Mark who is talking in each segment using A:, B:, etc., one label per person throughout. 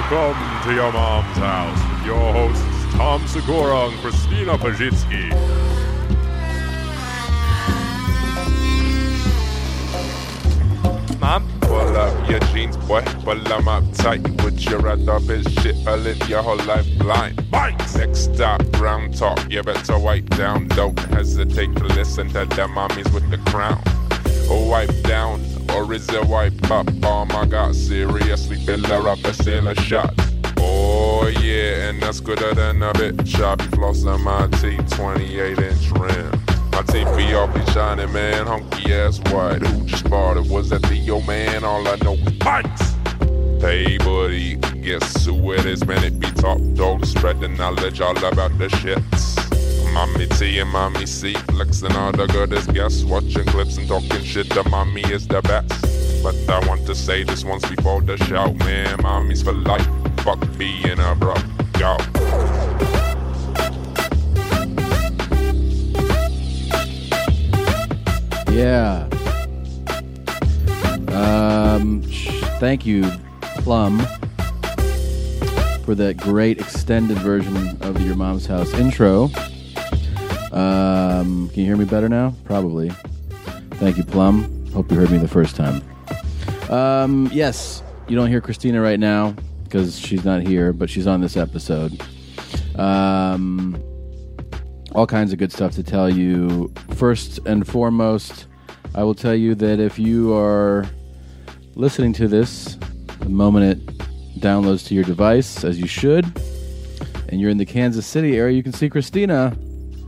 A: to Your Mom's House with your hosts Tom Segura and Christina Pajitsky.
B: Mom?
C: Pull up your jeans, boy. Pull 'em up tight. Put your right up his shit. I live your whole life blind.
A: Bites!
C: Next stop, round talk. You better wipe down. Don't hesitate to listen to the mommies with the crown. A wipe down, or is it wipe up? Oh my god, seriously, fill her up a sailor shot. Oh yeah, and that's gooder than a bitch. I be flossing my teeth, 28 inch rim. My teeth be all be shining, man. Hunky ass white. Who just bought it? Was that the old man? All I know is
A: Bites!
C: Hey buddy, guess who it is, man? It be top dog, spread the knowledge all about the shits. Mommy T and Mommy C, flexing all the goodest guests, watching clips and talking shit. The mommy is the best. But I want to say this once before the show, man. Mommy's for life, fuck being a bro. Yo,
D: Yeah. Um, sh- thank you, Plum, for that great extended version of the Your Mom's House intro. Um, can you hear me better now? Probably. Thank you, Plum. Hope you heard me the first time. Um, yes, you don't hear Christina right now because she's not here, but she's on this episode. Um, all kinds of good stuff to tell you. First and foremost, I will tell you that if you are listening to this the moment it downloads to your device, as you should, and you're in the Kansas City area, you can see Christina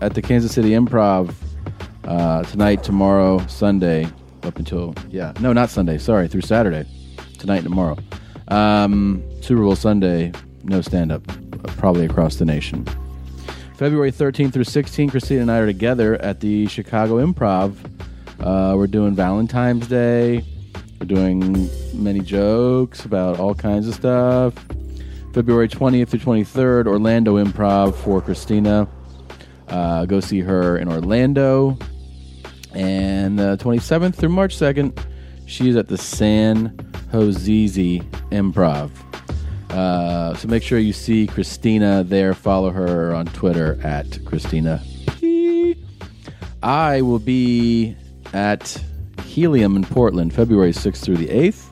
D: at the Kansas City Improv uh, tonight, tomorrow, Sunday, up until, yeah, no, not Sunday, sorry, through Saturday, tonight, and tomorrow. Um, Super Bowl Sunday, no stand up, probably across the nation. February 13th through 16, Christina and I are together at the Chicago Improv. Uh, we're doing Valentine's Day. We're doing many jokes about all kinds of stuff. February 20th through 23rd, Orlando Improv for Christina. Uh, go see her in Orlando. And uh, 27th through March 2nd, she's at the San Jose Improv. Uh, so make sure you see Christina there. Follow her on Twitter at Christina. P. I will be at Helium in Portland, February 6th through the 8th.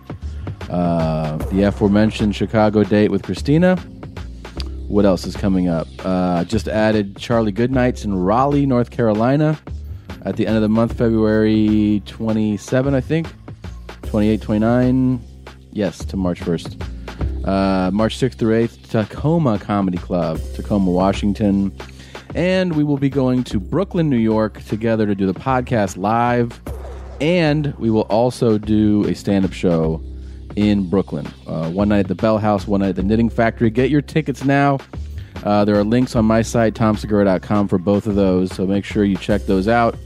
D: Uh, the aforementioned Chicago date with Christina. What else is coming up? Uh, just added Charlie Goodnights in Raleigh, North Carolina at the end of the month, February 27, I think. 28, 29. Yes, to March 1st. Uh, March 6th through 8th, Tacoma Comedy Club, Tacoma, Washington. And we will be going to Brooklyn, New York together to do the podcast live. And we will also do a stand up show in Brooklyn. Uh, one night at the Bell House, one night at the Knitting Factory. Get your tickets now. Uh, there are links on my site, tomsegura.com, for both of those. So make sure you check those out.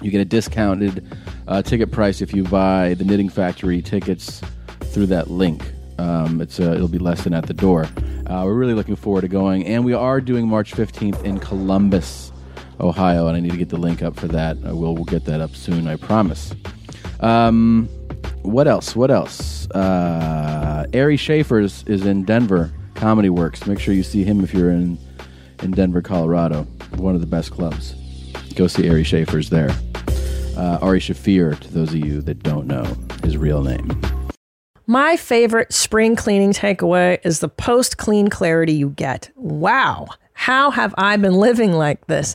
D: You get a discounted uh, ticket price if you buy the Knitting Factory tickets through that link. Um, it's uh, it'll be less than at the door. Uh, we're really looking forward to going, and we are doing March fifteenth in Columbus, Ohio, and I need to get the link up for that. I will we'll get that up soon, I promise. Um, what else? What else? Uh, Ari Schaefer's is in Denver Comedy Works. Make sure you see him if you're in in Denver, Colorado. One of the best clubs. Go see Ari Schaefer's there. Uh, Ari Shafir, to those of you that don't know his real name.
E: My favorite spring cleaning takeaway is the post clean clarity you get. Wow. How have I been living like this?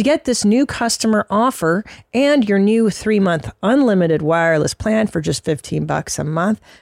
E: get this new customer offer and your new 3-month unlimited wireless plan for just 15 bucks a month,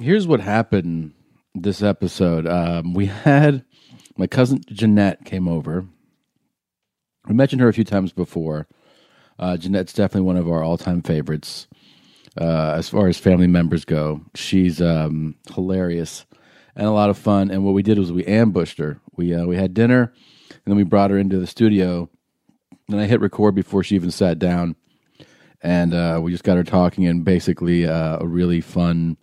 D: here's what happened this episode. Um, we had my cousin Jeanette came over. We mentioned her a few times before. Uh, Jeanette's definitely one of our all-time favorites uh, as far as family members go. She's um, hilarious and a lot of fun. And what we did was we ambushed her. We uh, we had dinner, and then we brought her into the studio. And I hit record before she even sat down, and uh, we just got her talking. And basically, uh, a really fun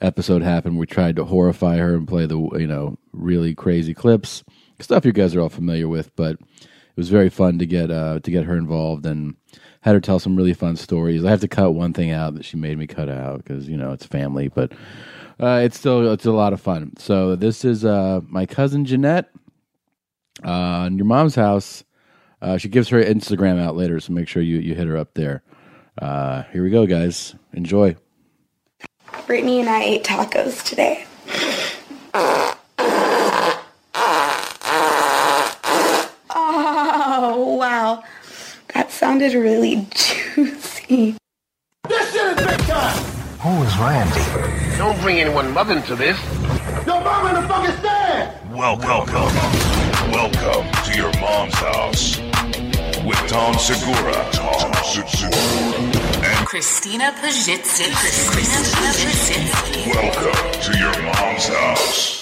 D: episode happened. We tried to horrify her and play the you know really crazy clips, stuff you guys are all familiar with. But it was very fun to get uh, to get her involved and had her tell some really fun stories. I have to cut one thing out that she made me cut out because you know it's family, but uh, it's still it's a lot of fun. So this is uh, my cousin Jeanette uh, in your mom's house. Uh, she gives her Instagram out later, so make sure you you hit her up there. Uh, here we go, guys. Enjoy.
B: Brittany and I ate tacos today. Oh, wow. That sounded really juicy.
F: This shit is big time!
G: Who is Randy?
H: Don't bring anyone love into this.
F: Your mom in the fucking stand!
I: Welcome. Welcome to your mom's house with Tom Segura. Tom Segura. And
J: Christina Pajitsky. Christina Pajitsky.
I: welcome to your mom's house.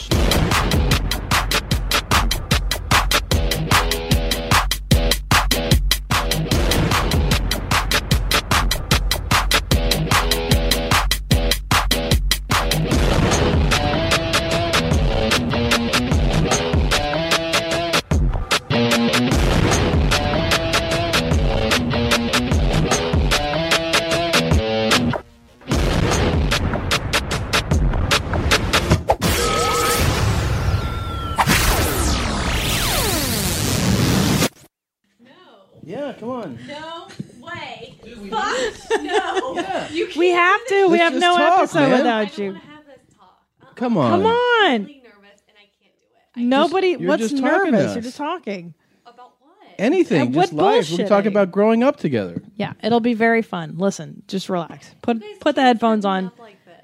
D: Yeah, come on.
K: No way. Fuck no. You can't
L: We have to. We
D: Let's
L: have
D: just
L: no
D: talk,
L: episode
D: man.
L: without you.
K: I have this talk. Uh-uh. I'm
D: Come on.
L: Come on.
K: really nervous and I can't do it.
L: Nobody.
D: you're
L: what's
D: just talking to
L: nervous?
D: us.
L: You're just talking.
K: About what?
D: Anything.
L: Uh, what
D: Just life. We
L: bullshitting?
D: talked about growing up together.
L: Yeah, it'll be very fun. Listen, just relax. Put
K: You guys
L: put the
K: keep
L: headphones
K: tripping
L: on.
K: up Like this.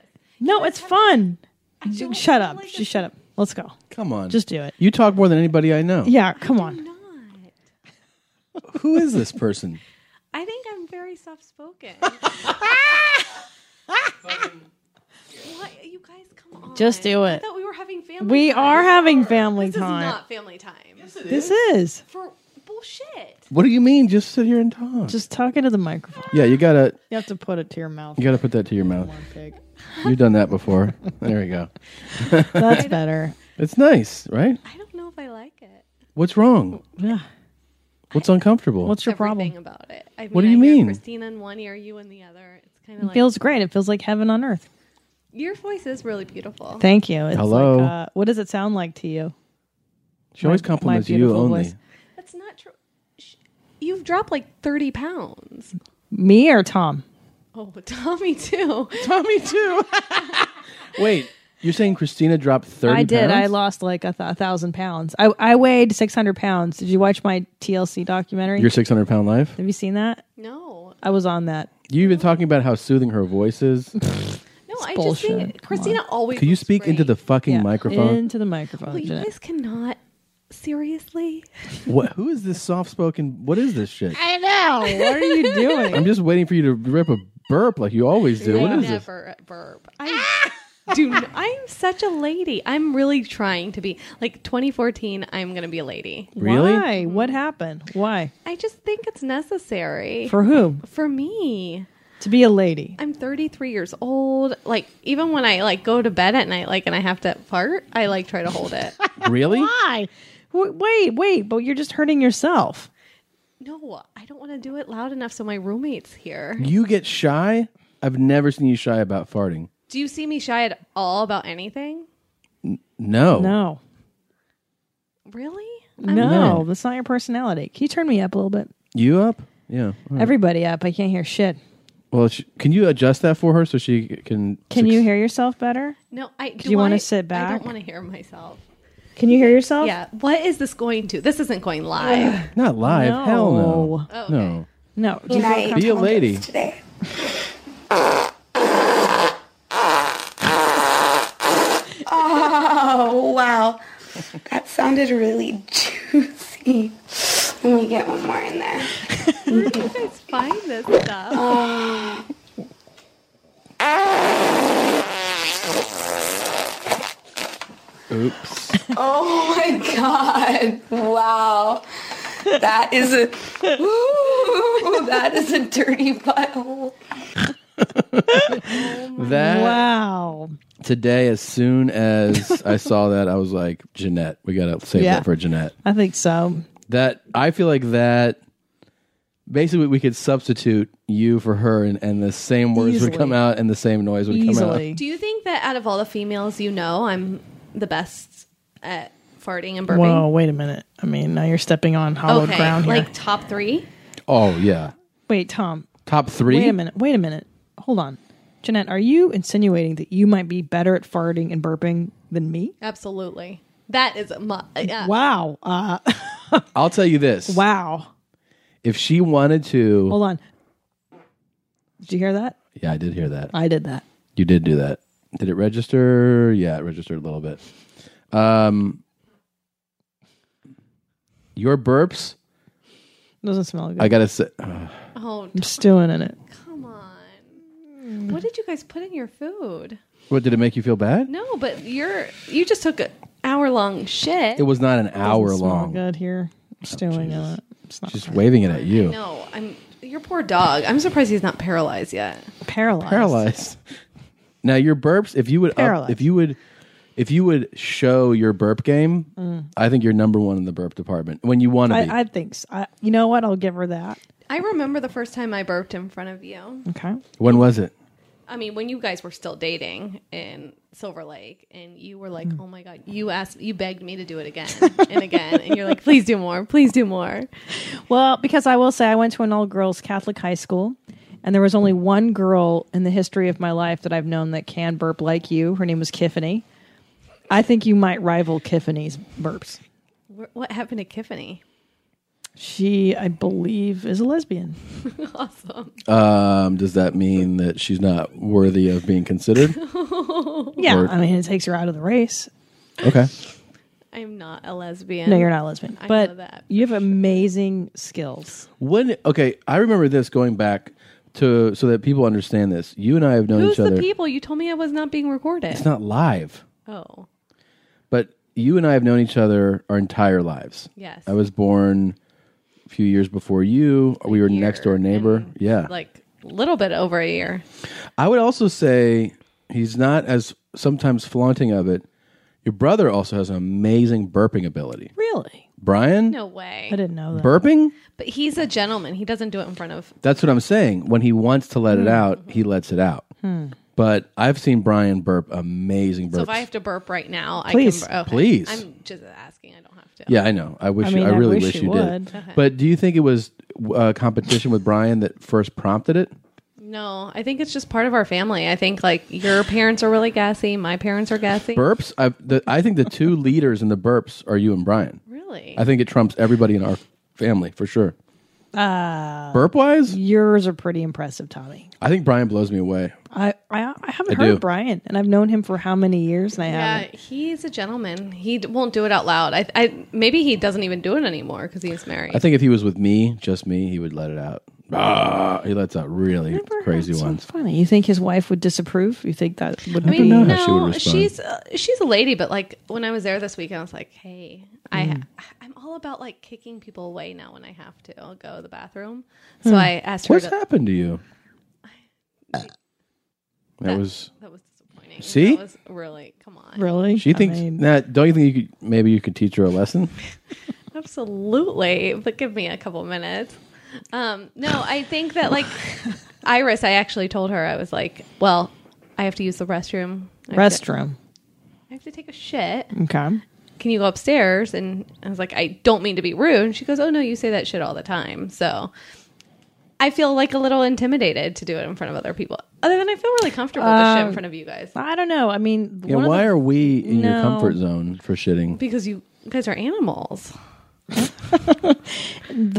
L: No, it's fun.
K: don't
L: Shut
K: feel
L: up.
K: like
L: Just
K: this-
L: shut up. Let's go.
D: Come on.
L: Just do it.
D: You talk more than anybody I know.
L: Yeah, come on.
K: Not.
D: Who is this person?
K: I think I'm very soft spoken. what? You guys, come on.
L: Just do
K: I
L: it.
K: thought we were having family
L: We
K: time.
L: are having family
K: This is
L: time.
K: not family time.
L: This is
K: For bullshit.
D: What do you mean? Just sit here and talk.
L: just talk into the microphone.
D: yeah, you gotta
L: You have to put it to your mouth.
D: you gotta put that to your mouth.
L: pig.
D: You've done that before. There we go.
L: That's better.
D: It's nice, right?
K: I don't know if I like it.
D: What's wrong?
L: Yeah.
D: What's uncomfortable?
L: What's your
K: Everything
L: problem?
K: about it. I mean,
D: What do you
K: I hear
D: mean?
K: Christina in one ear, you in the other. It's kind of like
L: Feels great. It feels like heaven on earth.
K: your voice is really beautiful.
L: Thank you. It's
D: Hello.
L: Like, uh, what does it sound like to you?
D: she always
L: my- my
D: compliments you
L: beautiful
D: only.
L: voice.
K: That's not true. Sh- You've dropped like 30 pounds.
L: Me or Tom?
K: Oh, Tommy, too.
D: Tommy too. Wait, you're saying Christina dropped thirty?
L: I did. I
D: pounds?
L: lost like a, th- a thousand pounds. I, I weighed 600 pounds. Did you watch my TLC documentary?
D: your six hundred pound life.
L: Have you seen that?
K: No.
L: I was on that.
D: You've been talking about how soothing her voice is.
K: No, I just
L: bullshit.
K: think
L: Come
K: Christina always.
D: Could you
K: looks
D: speak into the
K: great.
D: fucking
L: Yeah.
D: microphone?
L: Into the microphone.
K: Well, you
L: Jeanette.
K: guys cannot. Seriously?
D: What? Who is this soft spoken? What is this shit?
L: I know. What are you doing?
D: I'm just waiting for you to rip a burp like you always do. What
K: I
D: is this?
K: never burp. I do. n- I'm such a lady. I'm really trying to be. Like 2014, I'm going to be a lady.
D: Really?
L: Why? What happened? Why?
K: I just think it's necessary.
L: For whom?
K: for me
L: To be a lady.
K: i'm 33 years old like even when i like go to bed at night like and i have to fart i like try to hold it
D: Really?
L: Why? W- Wait, wait, but you're just hurting yourself.
K: no i don't want to do it loud enough so my roommate's here
D: You get shy? I've never seen you shy about farting.
K: Do you see me shy at all about anything?
D: No.
L: No.
K: Really?
L: No,
D: No.
L: that's not your personality. Can you turn me up a little bit?
D: You up? Yeah. all right.
L: Everybody up. I can't hear shit.
D: Well, sh can you adjust that for her so she can?
L: Can you hear yourself better?
K: No, I.
L: Do
K: do
L: you want
K: I-
L: to sit
K: I
L: back? Oh.
K: don't want to hear myself.
L: Can you hear yourself?
K: Yeah. What is this going to? This isn't going live.
D: Not live.
L: No.
D: Hell no.
K: Oh,
D: No.
L: No.
K: Do you feel
B: Unite
D: Be a
B: Tongas
D: lady.
B: Today. oh, wow. That sounded really juicy. Let me get one more in there.
K: Where do you guys find this stuff?
B: Um,
D: Oops.
B: oh my god. Wow. That is a ooh, that is a dirty butthole.
D: That
L: wow.
D: today, as soon as I saw that, I was like, Jeanette, we gotta save
L: Yeah.
D: that for Jeanette.
L: I think so.
D: That I feel like that. Basically, we could substitute you for her, and, and the same words would
K: Easily.
D: come out, and the same noise would come out.
K: Do you think that out of all the females you know, I'm the best at farting and burping?
L: Whoa, wait a minute. I mean, now you're stepping on hollowed
K: okay,
L: ground here.
K: like top three.
D: Oh yeah,
L: wait, Tom.
D: top three.
L: Wait a minute. Wait a minute. Hold on. Jeanette, are you insinuating that you might be better at farting and burping than me?
K: Absolutely. That is a mu- yeah.
L: Wow. Uh,
D: I'll tell you this.
L: wow.
D: If she wanted to,
L: Hold on. Did you hear that?
D: yeah, I did hear that.
L: I did that.
D: You did do that. Did it register? Yeah, it registered a little bit. Um, your burps,
L: doesn't smell good.
D: I gotta say, uh,
K: Oh,
L: I'm stewing in it.
K: come on. What did you guys put in your food?
D: what did it make you feel bad?
K: No, but you're you just took an hour long shit.
D: It was not an hour
L: Doesn't smell
D: long. Oh,
L: Good here. I'm stewing in it. It's not
D: Just waving it at you,
K: No, I'm your poor dog. I'm surprised he's not paralyzed yet.
L: paralyzed.
D: paralyzed. Now your burps, if you would, up,
L: Paralyzed.
D: if you would, if you would show your burp game,
L: Mm.
D: I think you're number one in the burp department when you want to be.
L: I, I think so. I, you know what? I'll give her that.
K: I remember the first time I burped in front of you.
L: Okay.
D: when was it?
K: I mean, when you guys were still dating in Silver Lake, and you were like, "Oh my god!" You asked, you begged me to do it again and again, and you're like, "Please do more, please do more."
L: Well, because I will say I went to an all girls Catholic high school, and there was only one girl in the history of my life that I've known that can burp like you. Her name was Kiffany. I think you might rival Kiffany's burps.
K: Wh- What happened to Kiffany?
L: She, I believe, is a lesbian.
K: awesome.
D: Um, does that mean that she's not worthy of being considered?
L: Yeah,
D: Or-
L: I mean, it takes her out of the race.
D: Okay.
K: I'm not a lesbian.
L: No, you're not a lesbian,
K: I
L: but
K: know that.
L: you have amazing skills.
D: When okay, I remember this going back to so that people understand this. You and I have known
K: Who's
D: each other.
K: the people? You told me I was not being recorded.
D: It's not live,
K: Oh,
D: but you and I have known each other our entire lives.
K: Yes.
D: I was born a few years before you. We were next door neighbor. Yeah.
K: like a little bit over a year.
D: I would also say he's not as sometimes flaunting of it. Your brother also has an amazing burping ability.
L: Really?
D: Brian?
K: No way.
L: I didn't know that.
D: Burping?
K: But he's a gentleman. He doesn't do it in front of.
D: That's what I'm saying. When he wants to
K: Hmm.
D: let it out, he lets it out. But I've seen Brian burp amazing burps.
K: So if I have to burp right now,
D: Please.
K: I can. bur- Okay.
D: Please.
K: I'm just asking. I don't have to.
D: Yeah, I know. I wish.
L: I
D: I,
L: mean,
D: I
L: I
D: really
L: wish
D: wish,
L: you
D: you
L: would.
D: did.
K: Okay.
D: But do you think it was uh, competition with Brian that first prompted it?
K: No, I think it's just part of our family. I think like your parents are really gassy. My parents are gassy.
D: Burps. I, the, I think the two leaders in the burps are you and Brian.
K: Really?
D: I think it trumps everybody in our family for sure.
L: Uh,
D: Burp wise,
L: yours are pretty impressive, Tommy.
D: I think Brian blows me away.
L: I I, I haven't
D: I
L: heard
D: do.
L: Brian, and I've known him for how many years, and I
K: yeah,
L: haven't.
K: he's a gentleman. He d- won't do it out loud. I, I maybe he doesn't even do it anymore because he's married.
D: I think if he was with me, just me, he would let it out. Ah, he lets out really crazy
L: That's so
D: ones.
L: funny. You think his wife would disapprove? You think that would
K: I
L: be
K: mean,
D: how she would
K: no,
D: respond.
K: she's uh, she's a lady, but like when I was there this weekend, I was like, hey,
D: Mm-hmm.
K: I I'm all about like kicking people away now when I have to I'll go to the bathroom. So I asked her.
D: Hmm. What's
K: To,
D: happened to you? That was.
K: that was disappointing.
D: See?
K: that was really come on.
L: really?
D: She
L: I
D: thinks
L: mean,
D: that. Don't you think you could? Maybe you could teach her a lesson.
K: Absolutely. But give me a couple minutes. Um, no, I think that like Iris, I actually told her, I was like, well, I have to use the restroom. I have to-
L: Restroom.
K: I have to take a shit.
L: Okay.
K: Can you go upstairs? And I was like, I don't mean to be rude. And she goes, Oh no, you say that shit all the time. So I feel like a little intimidated to do it in front of other people. Other than I feel really comfortable to shit in
L: Um,
K: front of you guys
L: I don't know. I mean,
D: Yeah,
L: one of
D: why
L: the-
D: are we in your
L: No.
D: comfort zone for shitting?
K: because you guys are animals.
L: th-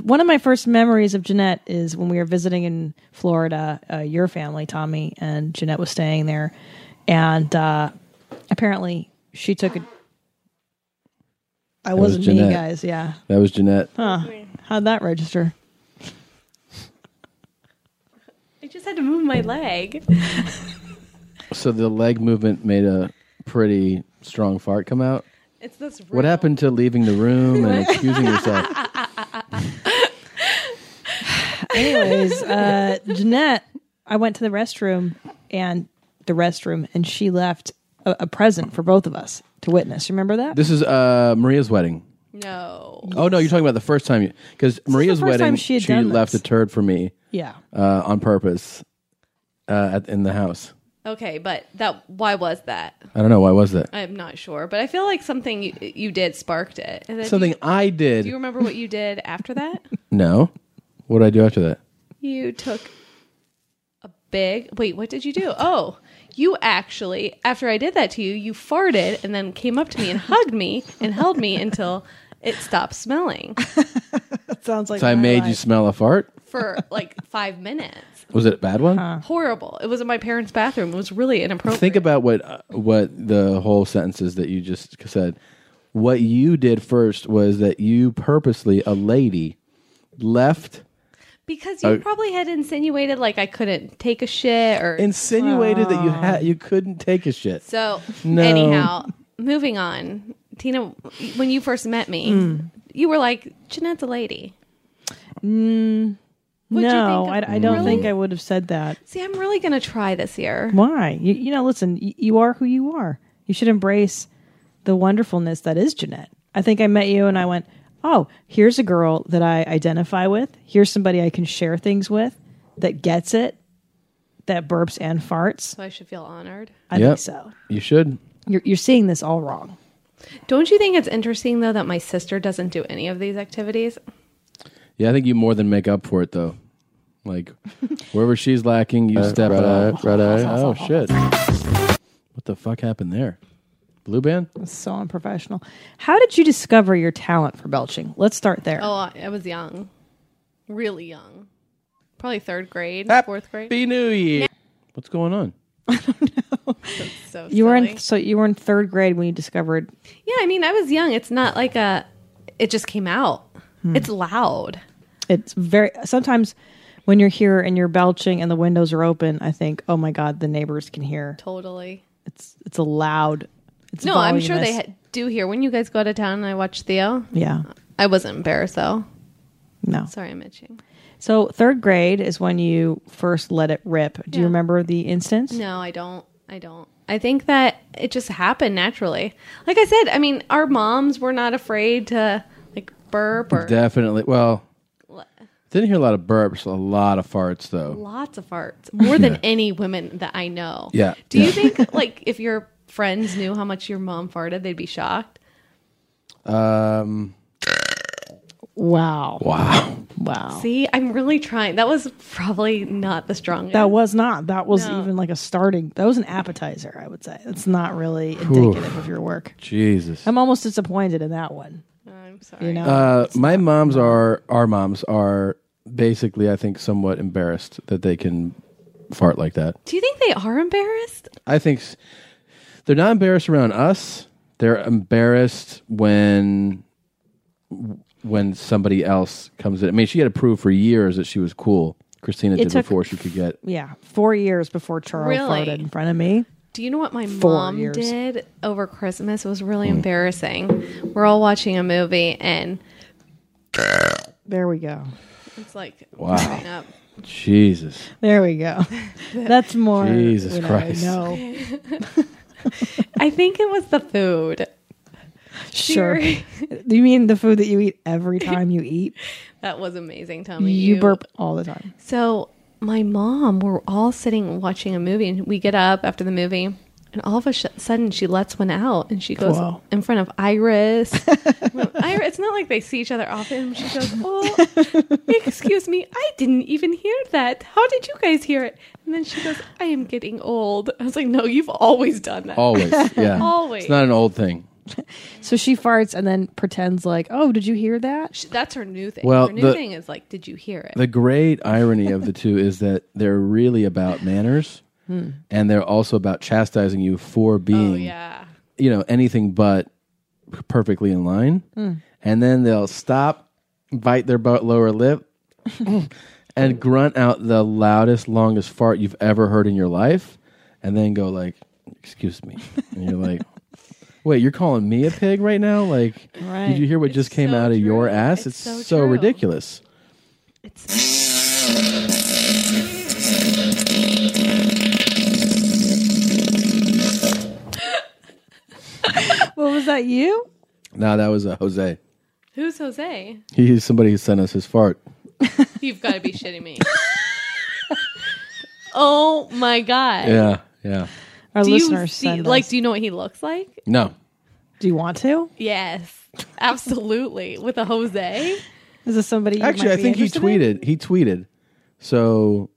L: one of my first memories of Jeanette is when we were visiting in Florida, uh, your family, Tommy, and Jeanette was staying there. And uh, apparently she took a. I
D: That was
L: wasn't me,
D: Jeanette.
L: guys. Yeah.
D: That was Jeanette.
L: Huh. How'd that register?
K: I just had to move my leg.
D: So the leg movement made a pretty strong fart come out.
K: It's this
D: What happened to leaving the room and excusing yourself?
L: Anyways, uh, Jeanette, I went to the restroom and the restroom, and she left a, a present for both of us to witness. Remember that?
D: This is uh, Maria's wedding.
K: No.
D: Oh no, you're talking about the first time because Maria's
L: first time
D: wedding.
L: she
D: She,
L: had done
D: left
L: this.
D: a turd for me.
L: Yeah.
D: uh, on purpose uh, at, in the house.
K: Okay, but that why was that?
D: I don't know why was that.
K: I'm not sure, but I feel like something you, you did sparked it. And then
D: Something
K: you-
D: I did.
K: Do you remember what you did after that?
D: no, what did I do after that?
K: You took a big wait. What did you do? Oh, you actually after I did that to you, you farted and then came up to me and hugged me and held me until it stopped smelling
L: Sounds like
D: so I
L: my
D: made
L: life.
D: you smell a fart.
K: for like five minutes.
D: Was it a bad one?
K: Horrible. It was in my parents' bathroom. It was really inappropriate.
D: Think about what uh, what the whole sentences that you just said. What you did first was that you purposely, a lady, left
K: because you
D: Oh.
K: probably had insinuated like I couldn't take a shit or
D: insinuated that you had you couldn't take a shit.
K: So
D: No.
K: anyhow, moving on. Tina, when you first met me,
L: Mm.
K: you were like Jeanette's a lady.
L: Mm,
K: you
L: no,
K: think of-
L: I, I don't
K: Really?
L: think I would have said that.
K: See, I'm really gonna try this year.
L: Why? You, you know, listen, you, you are who you are. You should embrace the wonderfulness that is Jeanette. I think I met you and I went, oh, here's a girl that I identify with. Here's somebody I can share things with that gets it, that burps and farts.
K: So I should feel honored.
L: I
D: Yep.
L: think so.
D: You should.
L: You're, you're seeing this all wrong.
K: Don't you think it's interesting though that my sister doesn't do any of these activities?
D: Yeah, I think you more than make up for it though. Like wherever she's lacking, you step it up. Right Oh shit! What the fuck happened there? Blue band?
L: It's so unprofessional. How did you discover your talent for belching? Let's start there.
K: Oh, I I was young, really young, probably third grade, fourth grade.
D: Happy New Year. What's going on?
K: So
L: you were in
K: silly.
L: so you were in third grade when you discovered
K: yeah. I mean, I was young. It's not like a. It just came out. Hmm. It's loud.
L: It's very sometimes when you're here and you're belching and the windows are open, I think, oh my god, the neighbors can hear.
K: Totally.
L: It's it's a loud. It's
K: no, I'm sure they
L: voluminous.
K: ha- do here. When you guys go out of town and I watch Theo,
L: Yeah.
K: I wasn't embarrassed though.
L: No.
K: Sorry, I'm itching.
L: So third grade is when you first let it rip. Do you
K: Yeah.
L: remember the instance?
K: No, I don't. I don't. I think that it just happened naturally. Like I said, I mean, our moms were not afraid to like burp or
D: Definitely. Well, didn't hear a lot of burps, a lot of farts though.
K: lots of farts more than
D: Yeah.
K: any women that I know.
D: Yeah,
K: Do
D: yeah.
K: you think like if your friends knew how much your mom farted, they'd be shocked?
D: Um.
L: Wow.
D: Wow. Oh.
L: Wow.
K: See, I'm really trying. That was probably not the strongest.
L: That was not. That was
K: No.
L: even like a starting. That was an appetizer, I would say. It's not really
D: Whew.
L: indicative of your work.
D: Jesus.
L: I'm almost disappointed in that one.
K: I'm sorry.
L: You know,
D: Uh, my moms are our moms are basically, I think, somewhat embarrassed that they can fart like that.
K: Do you think they are embarrassed?
D: I think s- they're not embarrassed around us. They're embarrassed when when somebody else comes in. I mean, she had to prove for years that she was cool. Christina
L: It
D: did
L: took-
D: before she could get.
L: yeah, four years before Charles
K: Really?
L: farted in front of me.
K: Do you know what my
L: Four
K: mom
L: years. Mm.
K: did over Christmas? It was really embarrassing. We're all watching a movie and
L: There we go.
K: it's like
D: Wow.
K: coming up.
D: Jesus,
L: There we go. That's more.
D: Jesus
L: you know,
D: Christ.
L: No,
K: I think it was the food.
L: sure. Do you mean the food that you eat every time you eat?
K: That was amazing, Tommy.
L: You burp all the time.
K: So my mom, we're all sitting watching a movie, and we get up after the movie, and all of a sh- sudden she lets one out, and she goes
L: Wow.
K: in front of Iris. Iris, it's not like they see each other often. She goes, "Oh, excuse me, I didn't even hear that. How did you guys hear it?" And then she goes, "I am getting old." I was like, "No, you've always done that.
D: Always, yeah.
K: always."
D: It's not an old thing.
L: So she farts and then pretends like, "Oh, did you hear that?"
K: She- That's her new thing.
D: Well,
K: her new
D: the-
K: thing is like, "Did you hear it?" Oh,
D: The great irony of the two is that they're really about manners,
K: Hmm.
D: and they're also about chastising you
K: Oh,
D: for being, you know, anything but perfectly in line.
K: Hmm.
L: Mm.
D: And then they'll stop, bite their butt lower lip, and grunt out the loudest, longest fart you've ever heard in your life, and then go like, "Excuse me," and you're like. Wait, you're calling me a pig right now? Like,
K: Right.
D: did you hear what just came out of your ass? It's,
K: so
D: so
K: true.
D: ridiculous.
L: What was that? You?
D: No, that was a Jose.
K: Who's Jose?
D: He's somebody who sent us his fart.
K: You've got to be shitting me. oh my god.
D: Yeah, yeah.
L: Our
K: do you
L: listeners
K: see,
L: send
K: like
L: us.
K: do you know what he looks like?
D: No.
L: Do you want to?
K: Yes. Absolutely. With a Jose?
L: Is this somebody? You
D: Actually,
L: might
D: I
L: be
D: think he
L: interested in?
D: tweeted. He tweeted. So,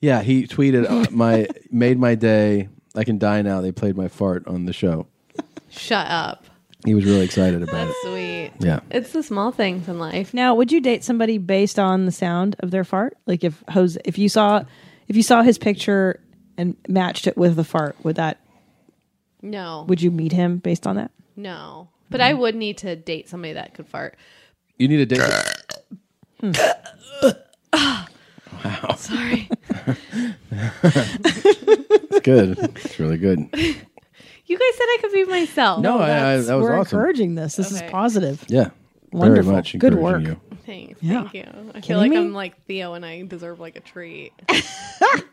D: yeah, he tweeted uh, my made my day. I can die now. They played my fart on the show.
K: Shut up.
D: He was really excited about it.
K: Sweet.
D: Yeah.
K: It's the small things in life.
L: Now, would you date somebody based on the sound of their fart? Like if Jose, if you saw, if you saw his picture and matched it with the fart, would that?
K: No.
L: Would you meet him based on that?
K: No. But I would need to date somebody that could fart.
D: You need a date.
K: wow. Sorry.
D: it's good. It's really good.
K: You guys said I could be myself.
D: No, I- I-
L: That's-
D: that was
L: we're
D: awesome.
L: encouraging this. This
K: Okay.
L: is positive.
D: Yeah.
L: Wonderful.
D: Very much
L: Good
D: encouraging
L: work.
D: you.
K: Thanks.
L: Yeah.
K: Thank you. I
L: Kidding
K: feel like
L: me?
K: I'm like Theo and I deserve like a treat.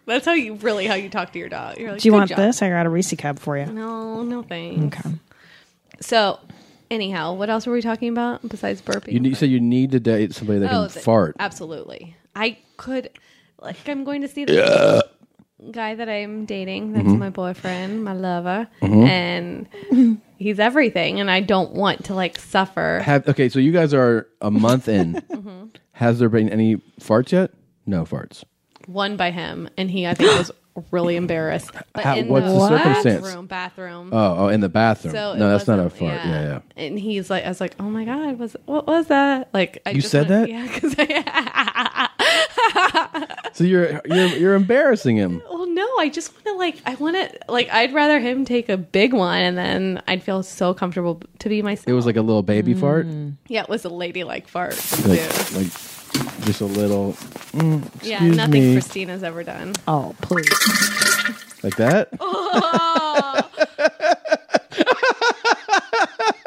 K: That's how you really how you talk to your dog. You're like,
L: Do you
K: "Good
L: want
K: job."
L: this? I got a Reese cup for you.
K: No, no thanks.
L: Okay.
K: So, anyhow, what else were we talking about besides burping?
D: You, need, you said you need to date somebody
L: Oh,
D: that can
K: th-
D: fart.
K: Absolutely. I could, like, I'm going to see the
D: Yeah.
K: guy that I'm dating. That's
D: Mhm.
K: my boyfriend, my lover,
D: Mhm.
K: and he's everything. And I don't want to like suffer.
D: Have okay, so you guys are a month in.
L: Mm-hmm.
D: Has there been any farts yet? No farts.
K: One by him, and he I think was really embarrassed. But
D: How-
K: in
D: what's
K: the,
D: the circumstance?
K: Bathroom, bathroom.
D: Oh, oh, in the bathroom.
K: So it
D: no, that's not a
K: wasn't-
D: fart. Yeah, yeah.
K: And he's like, I was like, oh my god, was what was that? Like, I
D: You
K: just
D: said
K: wanna-
D: that?
K: Yeah, because I.
D: So you're you're you're embarrassing him.
K: Well, no, I just want to like I want to like I'd rather him take a big one and then I'd feel so comfortable to be myself.
D: It was like a little baby fart,
K: yeah, it was a ladylike fart.
D: like
K: too.
D: like just a little. mm,
K: yeah,
D: excuse
K: nothing
D: me.
K: Christina's ever done.
L: Oh please!
D: like that.
K: Oh,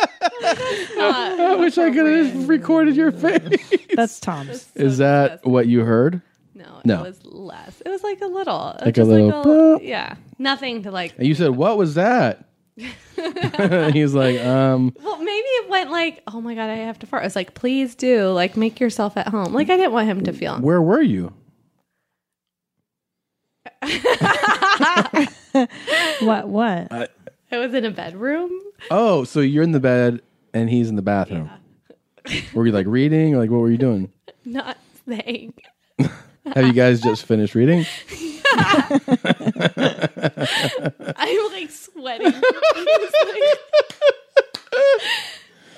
D: I wish I could have recorded your face.
L: That's Tom's.
D: Is that what you heard?
K: No,
D: no.
K: it was less. It was like a little,
D: Like a
K: just
D: little boop.
K: yeah, nothing to like.
D: and you said, "What was that?" He's like, um,
K: Well, maybe it went like, oh my god, I have to fart. I was like, please do, like, make yourself at home. Like, I didn't want him to feel.
D: "Where were you?"
L: What? What?
K: I was in a bedroom.
D: Oh, so you're in the bed and he's in the bathroom. were you like reading? Or, like, what were you doing?
K: Not saying.
D: Have you guys just finished reading?
K: I'm like sweating. It's like-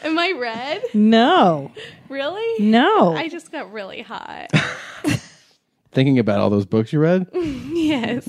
K: Am I red?
L: No.
K: Really?
L: No.
K: I just got really hot.
D: Thinking about all those books you read?
K: yes.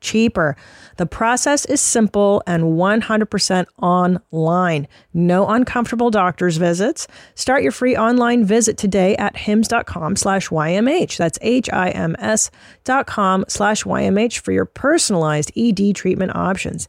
E: cheaper. The process is simple and 100% online. No uncomfortable doctor's visits. Start your free online visit today at hims.com slash YMH. That's H-I-M-S dot com slash YMH for your personalized ED treatment options.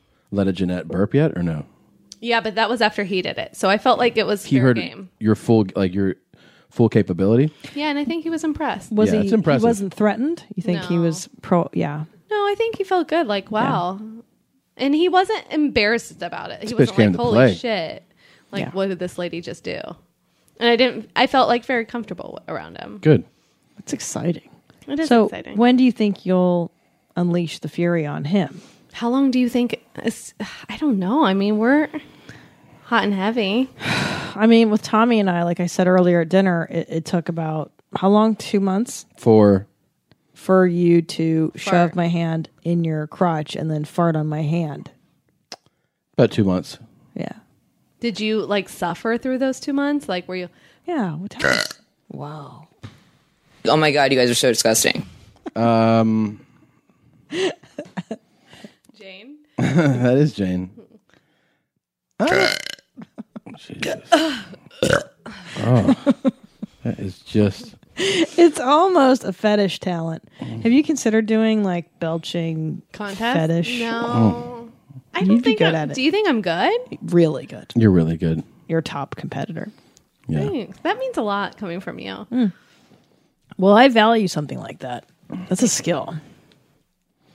D: let a Jeanette burp yet or no?
K: Yeah, but that was after he did it, so I felt like it was
D: He
K: fair
D: heard
K: game.
D: your full like your full capability.
K: Yeah, and I think he was impressed.
L: Was
D: Yeah,
L: he?
D: it's impressive.
L: He wasn't threatened. You think he was pro? Yeah.
K: No, I think he felt good. Like, wow. And he wasn't embarrassed about it. He
D: This bitch
K: wasn't
D: came
K: like,
D: to
K: holy
D: play.
K: shit. Like,
L: Yeah.
K: what did this lady just do? And I didn't, I felt like very comfortable around him.
D: Good.
L: That's exciting.
K: It is
L: so
K: exciting.
L: when do you think you'll unleash the fury on him?
K: How long do you think? it's- I don't know. I mean, we're hot and heavy.
L: I mean, with Tommy and I, like I said earlier at dinner, it, it took about how long? Two months
D: For
L: for you to shove my hand in your crotch and then fart on my hand.
D: about two months.
L: Yeah.
K: Did you like suffer through those two months? Like, were you?
L: Yeah. What time?
G: Wow. Oh my god, you guys are so disgusting.
D: Um,
K: Jane?
D: that is Jane. Ah. Jesus. oh, that is just
L: it's almost a fetish talent. Have you considered doing like belching
K: Contest?
L: fetish? Oh.
K: No. I don't
L: You'd be
K: think
L: good
K: I'm-
L: at it.
K: Do you think I'm good?
L: Really good.
D: you're really good.
L: You're a top competitor.
D: Yeah.
K: Thanks. That means a lot coming from you.
L: Well, I value something like that. That's a skill.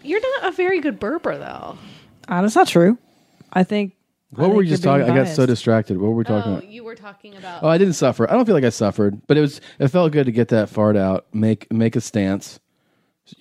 K: You're not a very good burper, though.
L: Uh, that's not true. I think.
D: What were we just talking? I got so distracted. What were we talking about?
K: Oh, You were talking about.
D: Oh, I didn't suffer. I don't feel like I suffered, but it was it felt good to get that fart out, make make a stance,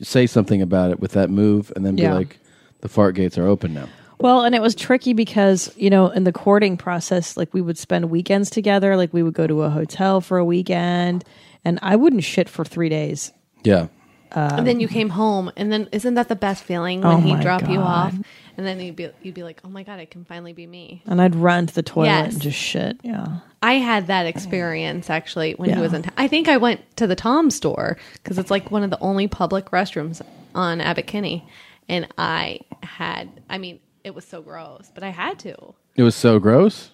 D: say something about it with that move, and then be
L: Yeah.
D: like, the fart gates are open now.
L: Well, and it was tricky because, you know, in the courting process, like we would spend weekends together. Like we would go to a hotel for a weekend, and I wouldn't shit for three days.
D: Yeah.
K: and then you came home, and then isn't that the best feeling when
L: Oh
K: he'd
L: my
K: drop you
L: God.
K: off, and then you'd be you'd be like, oh my god, I can finally be me.
L: And I'd run to the toilet
K: Yes.
L: and just shit. Yeah.
K: I had that experience actually when he
L: Yeah.
K: was in. I think I went to the Tom store because it's like one of the only public restrooms on Abbot Kinney, and I had. I mean, it was so gross, but I had to.
D: It was so gross.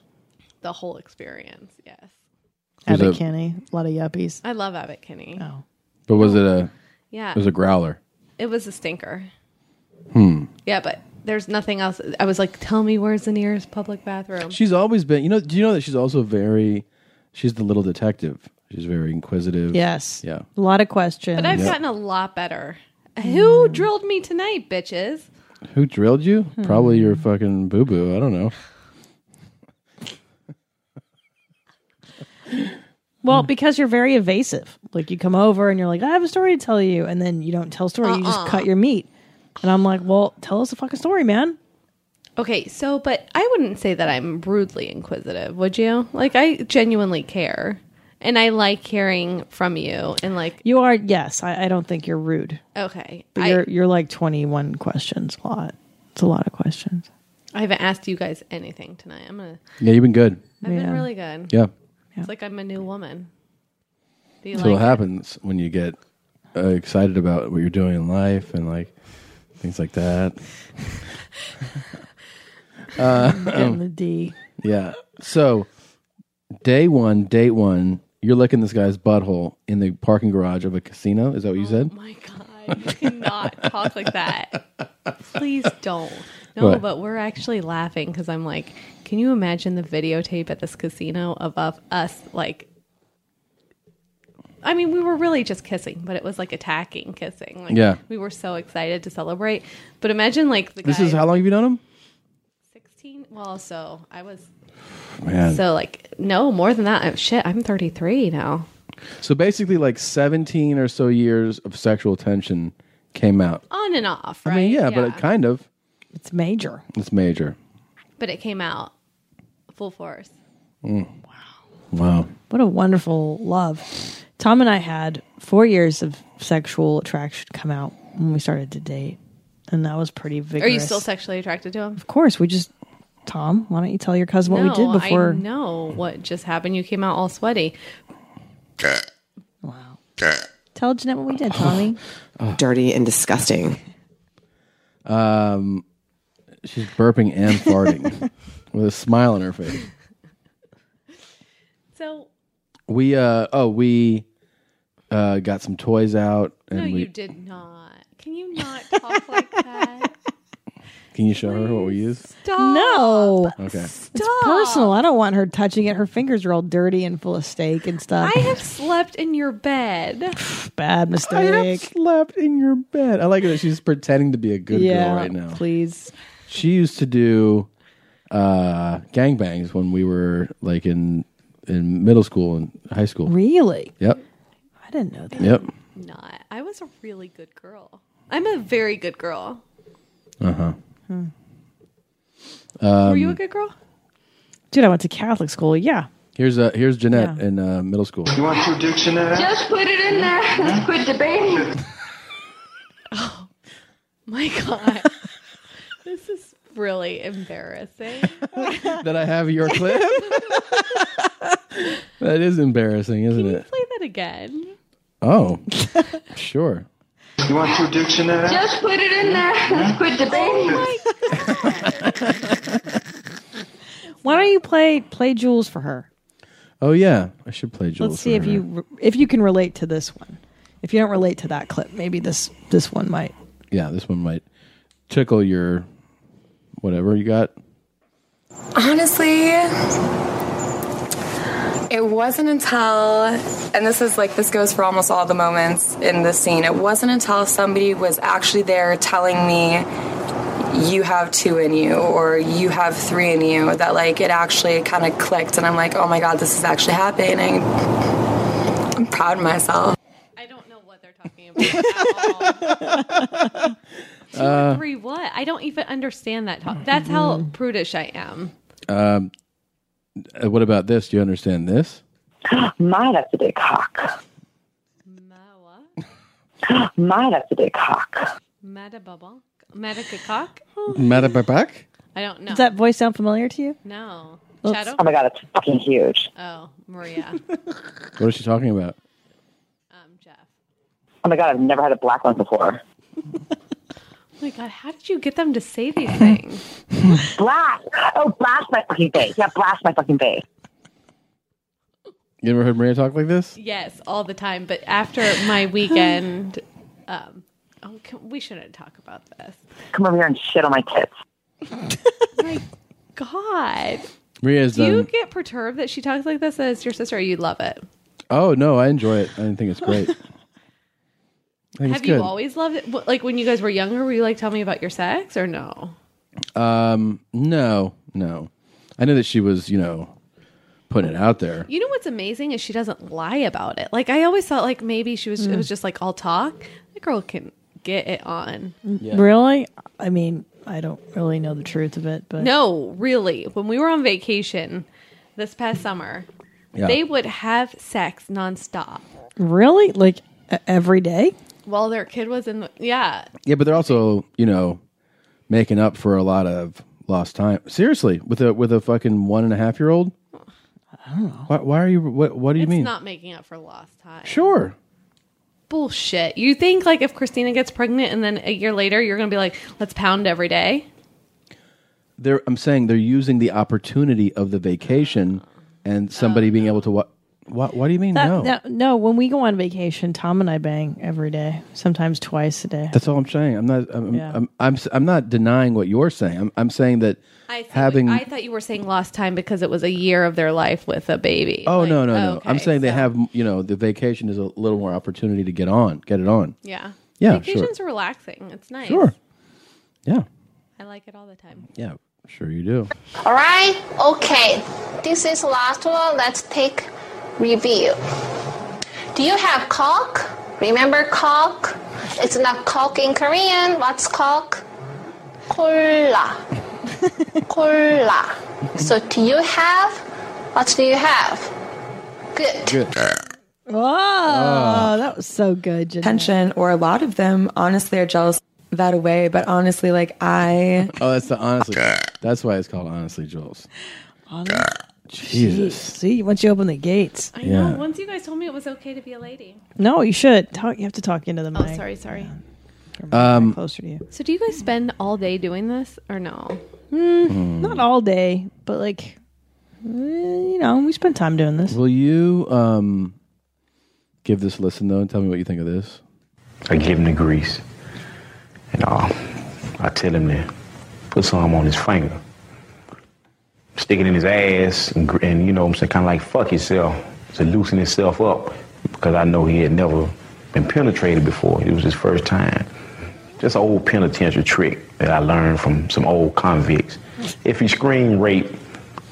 K: The whole experience, yes.
D: Was
L: Abbott
D: it-
L: Kinney, a lot of yuppies.
K: I love Abbot Kinney.
L: Oh,
D: But was it a?
K: Yeah.
D: It was a growler.
K: it was a stinker.
D: Hmm.
K: Yeah, but there's nothing else. I was like, tell me where's the nearest public bathroom.
D: She's always been. You know. Do you know that she's also very? She's the little detective. She's very inquisitive.
L: Yes.
D: Yeah.
L: A lot of questions.
K: but I've gotten a lot better. Who drilled me tonight, bitches?
D: Who drilled you? Probably your fucking boo boo. I don't know.
L: Well, because you're very evasive. Like you come over and you're like, I have a story to tell you, and then you don't tell a story. You just
K: Uh-uh.
L: cut your meat. And I'm like, well, tell us a fucking story, man.
K: Okay, so but I wouldn't say that I'm rudely inquisitive, would you? Like I genuinely care. And I like hearing from you and like
L: You are yes. I, I don't think you're rude.
K: okay.
L: But
K: I,
L: you're you're like twenty one questions. A lot. It's a lot of questions.
K: I haven't asked you guys anything tonight. I'm gonna
D: Yeah, you've been good.
K: I've been really good.
D: Yeah.
K: It's like I'm a new woman. Do you
D: That's
K: like
D: what happens when you get uh, excited about what you're doing in life and like things like that. uh,
L: Getting the D.
D: Yeah. So, day one, date one, you're licking this guy's butthole in the parking garage of a casino. Is that what you said?
K: my God, you cannot talk like that. Please don't. No,
D: What?
K: but we're actually laughing because I'm like, can you imagine the videotape at this casino of of us like? I mean, we were really just kissing, but it was like attacking kissing. Like,
D: Yeah.
K: we were so excited to celebrate. But imagine like the
D: This
K: guy
D: is how long have you known him?
K: 16. Well, so I was
D: Man.
K: so like no more than that. Oh, Shit, I'm 33 now.
D: So basically, like 17 or so years of sexual tension came out.
K: On and off, right?
D: I mean, yeah, but it kind of.
L: It's major.
D: It's major.
K: but it came out full force.
D: Mm. Wow.
L: What a wonderful love. Tom and I had four years of sexual attraction come out when we started to date. And that was pretty vigorous.
K: Are you still sexually attracted to him?
L: Of course, we just Tom, why don't you tell your cousin what
K: no,
L: we did before?
K: I know what just happened. You came out all sweaty.
L: Tell Jeanette what we did, Tommy.
M: Dirty and disgusting.
D: Um, she's burping and farting with a smile on her face.
K: So
D: We uh oh we uh got some toys out and
K: no,
D: we
K: you did not. Can you not talk like that?
D: can you show her what we used?
K: Stop.
L: No.
D: Okay.
L: It's personal. I don't want her touching it. Her fingers are all dirty and full of steak and stuff.
K: I have slept in your bed.
L: Bad
D: I have
L: mistake.
D: slept in your bed. I like that she's pretending to be a good
L: Yeah,
D: girl right now.
L: Please.
D: She used to do uh gangbangs when we were like in in middle school and high school.
L: Really?
D: Yep.
L: I didn't know that.
D: Yep.
K: Not. I was a really good girl. I'm a very good girl.
D: Uh-huh.
L: Hmm.
D: Um,
K: Were you a good girl?
L: Dude, I went to Catholic school. Yeah.
D: Here's uh here's Jeanette in uh, middle school. You want your dictionary?
J: Just put it in there. Let's quit debating.
K: My God. this is really embarrassing.
D: that I have your clip. that is embarrassing, isn't it?
K: Play that again.
D: Oh, sure. You want your dictionary?
J: Just put it in there. Let's quit debating.
L: Why don't you play play Jules for her?
D: Oh yeah, I should play Jules.
L: Let's see if you if you can relate to this one. If you don't relate to that clip, maybe this this one might.
D: Yeah, this one might tickle your whatever you got.
N: Honestly, it wasn't until, and this is like, this goes for almost all the moments in the scene, it wasn't until somebody was actually there telling me, you have two in you, or you have three in you, that like it actually kind of clicked, and I'm like, oh my god, this is actually happening. I'm proud of myself.
K: Two
D: Uh,
K: or three what? I don't even understand that talk. That's how prudish I am.
D: Um, uh, what about this? Do you understand this?
O: My, that's a big cock. My, that's a big cock.
K: Madababonk? Madakakak?
D: Madabapak?
K: I don't know.
L: Does that voice sound familiar to you?
K: No.
L: Let's-
K: Shadow?
L: Oh my God,
O: it's fucking huge.
K: Oh, Maria.
D: What is she talking about?
O: Oh my god, I've never had a black one before.
K: oh my God, how did you get them to say these things?
O: Blast! Oh, blast my fucking face. Yeah, blast my fucking face.
D: You ever heard Maria talk like this?
K: yes, all the time. But after my weekend, um, oh, can, we shouldn't talk about this.
O: Come over here and shit on my tits.
K: God.
D: Maria's
K: Do you
D: done.
K: get perturbed that she talks like this as your sister? Or you love it.
D: Oh no, I enjoy it. I think it's great. I think
K: Have
D: it's
K: you
D: good.
K: always loved it? What- Like when you guys were younger, were you like, tell me about your sex or no?
D: Um, no, no. I know that she was, you know, putting it out there.
K: You know what's amazing is she doesn't lie about it. Like I always thought, like maybe she was. It
L: Mm.
K: was just like all talk. The girl can get it on.
L: Really? I mean, I don't really know the truth of it, but
K: No, really. When we were on vacation this past summer,
D: Yeah.
K: They would have sex nonstop
L: Really? Like e- every day?
K: while their kid was in the yeah.
D: Yeah, but they're also, you know, making up for a lot of lost time. Seriously, with a with a fucking one and a half year old. I don't know. Why, why are you? What What do you
K: it's
D: mean?
K: not making up for lost time.
D: sure.
K: Bullshit. You think like if Christina gets pregnant and then a year later you're gonna be like, let's pound every day?
D: They're. I'm saying they're using the opportunity of the vacation and somebody being
K: Oh,
D: able to what. What, what do you mean?
L: That-
D: no.
L: that- no, when we go on vacation, Tom and I bang every day, sometimes twice a day.
D: That's all I'm saying. I'm not. I'm.
L: Yeah.
D: I'm, I'm, s- I'm not denying what you're saying. I'm. I'm saying that
K: I think-
D: having.
K: I thought you were saying lost time because it was a year of their life with a baby.
D: oh no no no!
K: okay,
D: I'm saying they have. You know, the vacation is a little more opportunity to get on, get it on.
K: Yeah.
D: Yeah. sure.
K: Vacations are relaxing. It's nice.
D: Sure. Yeah.
K: I like it all the time.
D: Yeah. Sure you do.
J: All right. Okay. This is last one. Let's take review. Do you have cock? Remember cock? It's not cock in Korean. What's cock? Cola. Cola. So do you have? What do you have? Good.
D: Good.
K: Uh,
L: Oh, that was so good. Jeanette.
N: Tension, or a lot of them, honestly, are jealous that away. But honestly, like I,
D: Oh, that's the honestly. That's why it's called honestly, Jules.
L: Jeez.
D: Jesus.
L: See, once you open the gates.
K: I
D: Yeah.
K: know. Once you guys told me it was okay to be a lady.
L: No, you should. Talk, you have to talk into the mic.
K: Oh, sorry, sorry.
D: Um,
L: closer to you.
K: So do you guys spend all day doing this or no?
L: Mm, Not all day, but like, eh, you know, we spend time doing this.
D: Will you um give this a listen though and tell me what you think of this?
P: I give him the grease. And uh, I tell him to put some on his finger. Stick it in his ass and, gr- and you know what I'm saying, kind of like fuck yourself to loosen himself up because I know he had never been penetrated before. It was his first time. Just an old penitentiary trick that I learned from some old convicts. If he screamed rape,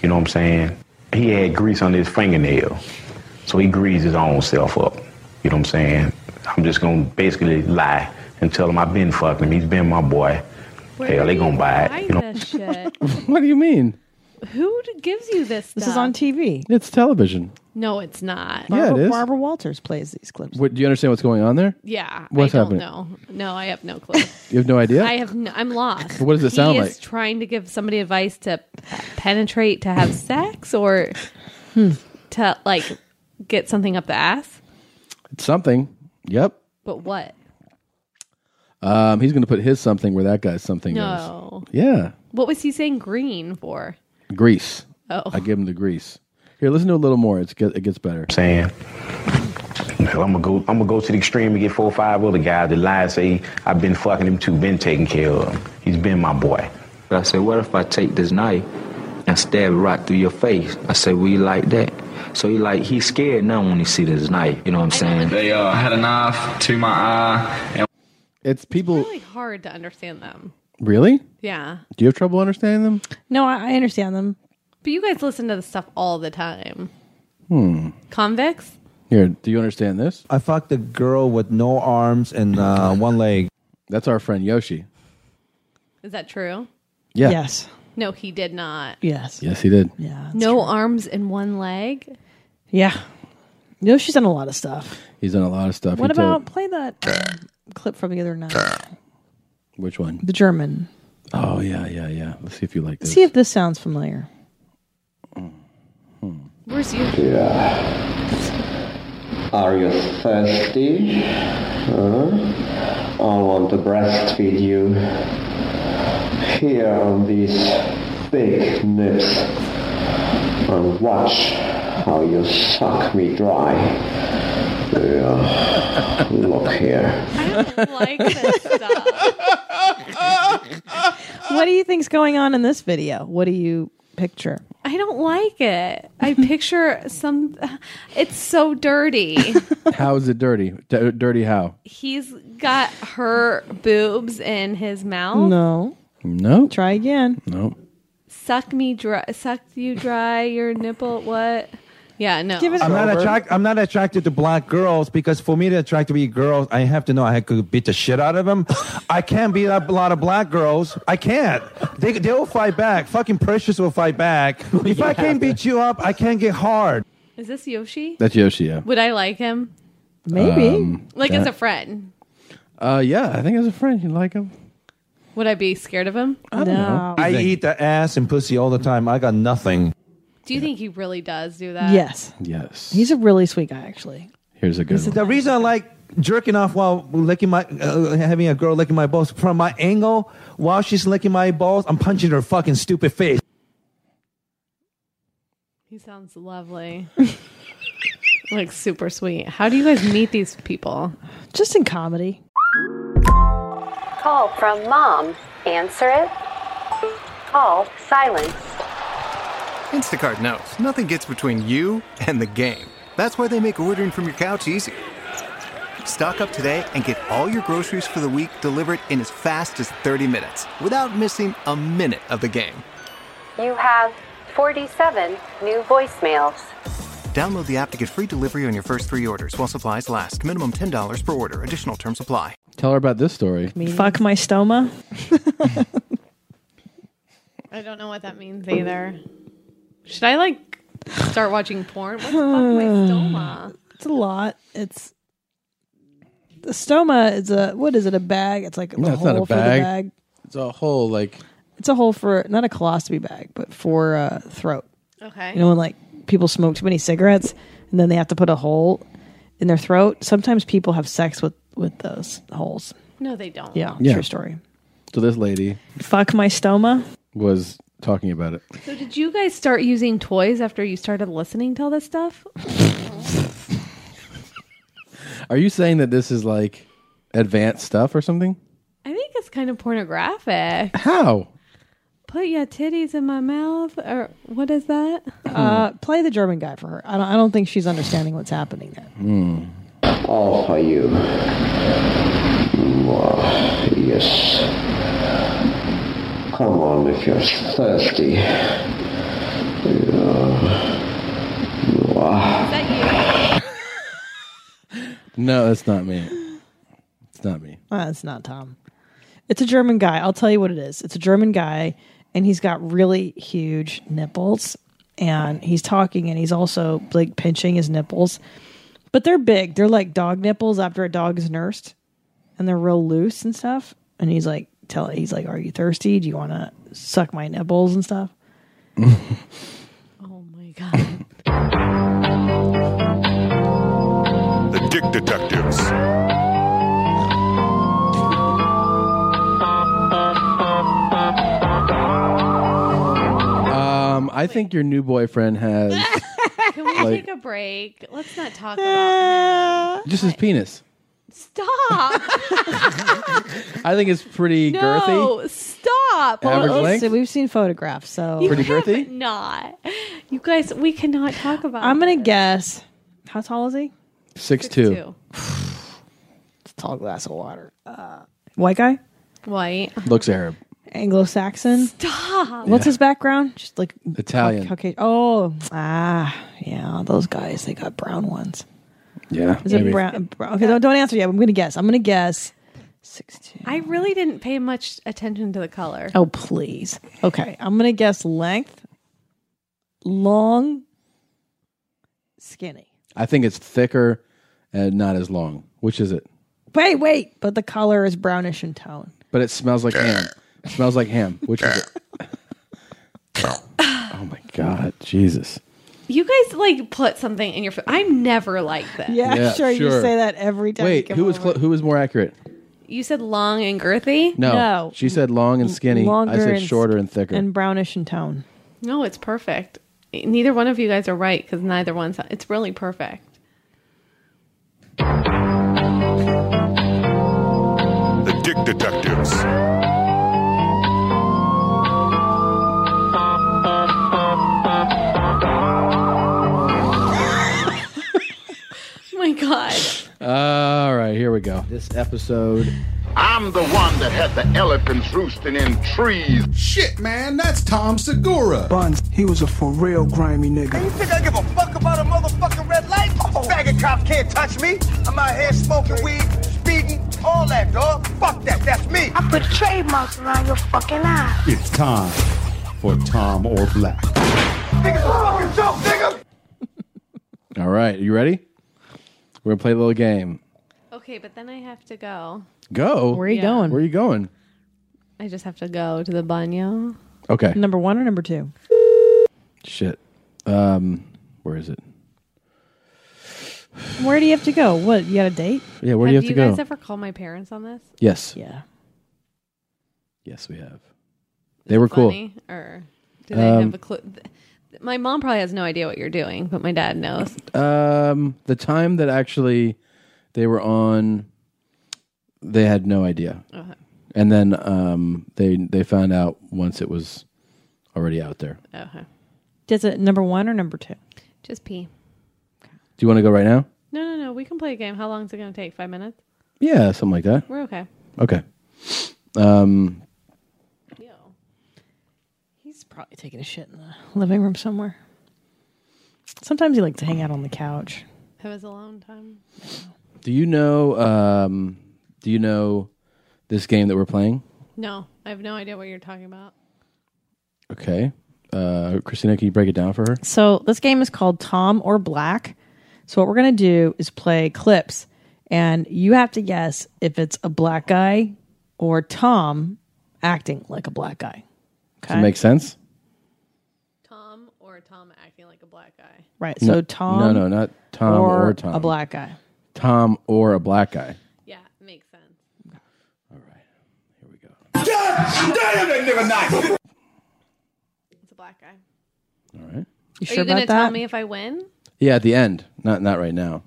P: you know what I'm saying, he had grease under his fingernail. So he greased his own self up. You know what I'm saying? I'm just gonna basically lie and tell him I've been fucking him. He's been my boy. Hell, they gonna buy it. You know?
K: Buy this shit.
D: what do you mean?
K: Who d- gives you this? Stuff?
L: This is on TV.
D: It's television.
K: No, it's not.
D: yeah, it is.
L: Barbara Walters plays these clips.
D: What, do you understand what's going on there?
K: Yeah,
D: What's
K: I don't
D: happening?
K: know. No, I have no clue.
D: You have no idea.
K: I have. No, I'm lost.
D: What does it
K: He
D: sound
K: is
D: like?
K: trying to give somebody advice to penetrate to have sex or hmm, to like get something up the ass.
D: it's something. Yep.
K: But what?
D: Um, he's going to put his something where that guy's something
K: No.
D: is. Yeah.
K: What was he saying green for?
D: Grease.
K: Oh.
D: I give him the grease. Here, listen to a little more. It's get, it gets better.
P: Saying. Hell, I'm gonna go. I'm gonna go to the extreme and get four or five other guys that lie and say I've been fucking him too, been taking care of him. He's been my boy.
Q: I said, what if I take this knife and stab it right through your face? I said, will you like that? So he like, he's scared now when he see this knife. You know what I'm saying? They uh, had a knife to my eye. And-
D: It's people.
K: Really hard to understand them.
D: Really?
K: Yeah,
D: Do you have trouble understanding them?
L: No, I, I understand them.
K: but you guys listen to the stuff all the time.
R: Hmm.
K: Convicts.
D: Here, do you understand this?
R: I fucked a girl with no arms and uh, one leg.
D: That's our friend Yoshi.
K: Is that true?
D: Yeah.
L: Yes.
K: No, he did not.
L: Yes.
D: Yes, he did.
L: Yeah.
K: no arms and one leg.
L: Yeah. No, she's done a lot of stuff.
D: He's done a lot of stuff.
L: What
D: He told-
L: about play that um, clip from the other night?
D: which one?
L: The German.
D: Oh yeah, yeah, yeah. Let's see if you like this.
L: See if this sounds familiar.
K: Where's you?
S: Are you thirsty? Huh? I want to breastfeed you. Here on these big nips. And watch how you suck me dry. Yeah. Look here.
K: like this stuff.
L: What do you think's going on in this video? What do you picture?
K: I don't like it. I picture some. It's so dirty.
D: how is it dirty? D- dirty how?
K: He's got her boobs in his
L: Oh.
K: mouth.
L: No.
D: No.
L: Try again.
D: No.
K: Suck me dry. Suck you dry. Your nipple. What? Yeah. No.
R: I'm not attract. I'm not attracted to black girls because for me to attract to be girls, I have to know I could beat the shit out of them. I can't beat up a lot of black girls. I can't. They they will fight back. Fucking Precious will fight back. If I can't beat you up, I can't get hard.
K: Is this Yoshi?
D: That's Yoshi, yeah.
K: Would I like him?
D: Maybe. Um,
K: like as
D: that-
K: a friend.
D: Uh, yeah, I think as a friend you'd like him.
K: Would I be scared of him?
R: I eat the ass and pussy all the time. I got nothing.
K: Do you think he really does do that?
L: Yes.
D: Yes.
L: He's a really sweet guy, actually.
D: Here's a good
R: This is the reason I like jerking off while licking my, uh, having a girl licking my balls from my angle while she's licking my balls. I'm punching her fucking stupid face.
K: He sounds lovely. like super sweet. How do you guys meet these people?
L: Just in comedy.
T: Call from mom. Answer it. Call silence.
U: Instacart knows nothing gets between you and the game. That's why they make ordering from your couch easy. Stock up today and get all your groceries for the week delivered in as fast as 30 minutes without missing a minute of the game.
T: You have 47 new voicemails.
U: Download the app to get free delivery on your first three orders while supplies last. Minimum $10 per order. Additional terms apply.
D: Tell her about this story.
L: Fuck my stoma.
K: I don't know what that means either. Should I like start watching porn? What's fucking my stoma?
L: It's a lot. It's the stoma is a what is it? A bag? It's like a
D: No, it's
L: hole
D: not a
L: for
D: bag.
L: the bag.
D: It's a whole like
L: It's a hole for not a colostomy bag, but for uh, throat.
K: Okay.
L: You know when like people smoke too many cigarettes and then they have to put a hole in their throat. Sometimes people have sex with with those holes.
K: No, they don't.
L: Yeah,
D: Yeah.
L: true story.
D: So this lady
L: Fuck my stoma.
D: was talking about it.
K: So did you guys start using toys after you started listening to all this stuff?
D: Are you saying that this is like advanced stuff or something?
K: I think it's kind of pornographic.
D: How?
K: Put your titties in my mouth or what is that?
L: Uh, play the German guy for her. I don't, I don't think she's understanding what's happening there.
S: All for you. Mwah, yes. Come on if you're thirsty. Yeah. Mwah.
D: No, that's not me. It's not me.
L: Uh, it's not Tom. It's a German guy. I'll tell you what it is. It's a German guy, and he's got really huge nipples, and he's talking, and he's also like pinching his nipples, but they're big. They're like dog nipples after a dog is nursed, and they're real loose and stuff. And he's like, tell, he's like, "Are you thirsty? Do you want to suck my nipples and stuff?"
K: Oh
I: The Dick Detectives.
D: Um, I think your new boyfriend has
K: Can we
D: Like-
K: take a break? Let's not talk
L: Ah.
K: about
D: just his penis.
K: Stop.
D: I think it's pretty girthy.
K: No, stop.
D: Average
K: Hold on.
D: length?
L: So we've seen photographs. So
D: Pretty
K: have
D: girthy?
K: Not. You guys, we cannot talk about
L: I'm gonna guess. How tall is he?
D: Six two.
L: It's a tall glass of water. Uh, white guy,
K: White.
D: Looks Arab.
L: Anglo-Saxon.
K: Stop.
L: What's his background? Just like
D: Italian.
L: Caucasian. Oh, ah, yeah. Those guys, they got brown ones.
D: Yeah.
L: Is it brown? brown- Okay, don't, don't answer yet. I'm going to guess. I'm going to guess.
K: I really didn't pay much attention to the color.
L: Oh, please. Okay, I'm going to guess length, long, skinny.
D: I think it's thicker and not as long. Which is it?
L: Wait, wait. But the color is brownish in tone.
D: But it smells like ham. It smells like ham. Which is it? oh my god, Jesus!
K: You guys like put something in your food. I'm never like this.
L: Yeah, sure, You say that every time.
D: Wait, who was clo- who was more accurate?
K: You said long and girthy?
D: No, she said long and skinny. I
L: Longer
D: said
L: and
D: shorter and thicker.
L: And brownish in tone.
K: No, it's perfect. Neither one of you guys are right because neither one's. It's really perfect.
I: The Dick Detectives.
K: Oh my God.
D: All right, here we go. This episode.
F: I'm the one that had the elephants roosting in trees. Shit, man, that's Tom Segura.
V: Buns, he was a for real grimy
F: You
V: nigga.
F: think I give a fuck about a motherfucking red light? Faggot cop can't touch me. I'm out here smoking weed, speeding, all that, dog. Fuck that, that's me. I put trademarks around your fucking eye.
W: It's time for Tom or Black.
F: Nigga's a fucking joke, nigga.
D: All right, you ready? We're gonna play a little game.
K: Okay, but then I have to go.
D: Go.
K: Where are you Yeah. going?
D: Where are you going?
K: I just have to go to the banyo.
D: Okay.
L: Number one or number two?
D: Shit. Um, where is it?
L: Where do you have to go? What? You got a date?
D: Yeah, where do you have to go?
K: You guys ever call my parents on this?
D: yes.
L: Yeah.
D: Yes, we have. They were cool.
K: Funny, or do they
D: Um,
K: have a clue? th- My mom probably has no idea what you're doing, but my dad knows.
D: Um, the time that actually they were on, they had no idea,
K: Okay.
D: and then um, they they found out once it was already out there.
K: Okay.
L: Does it number one or number two?
K: Just pee.
D: Do you want to go right now?
K: No, no, no. We can play a game. How long is it going to take? Five minutes?
D: Yeah, something like that.
K: We're okay.
D: Okay. Um,
L: He's probably taking a shit in the living room somewhere. Sometimes you like to hang out on the couch.
K: It was a long time.
D: do you know? Um, do you know this game that we're playing?
K: No, I have no idea what you're talking about.
D: Okay, uh, Christina, can you break it down for her?
L: So this game is called Tom or Black. So what we're gonna do is play clips, and you have to guess if it's a black guy or Tom acting like a black guy.
D: Does it make sense?
K: Tom or Tom acting like a black guy.
L: Right.
D: No-
L: so Tom.
D: No, no, not Tom or,
L: or
D: Tom.
L: a black guy.
D: Tom or a black guy.
K: Yeah, makes sense.
F: God damn that nigga nice.
K: It's a black guy.
D: All right.
L: You
K: Are you going to tell me if I win?
D: Yeah, at the end, not not right now.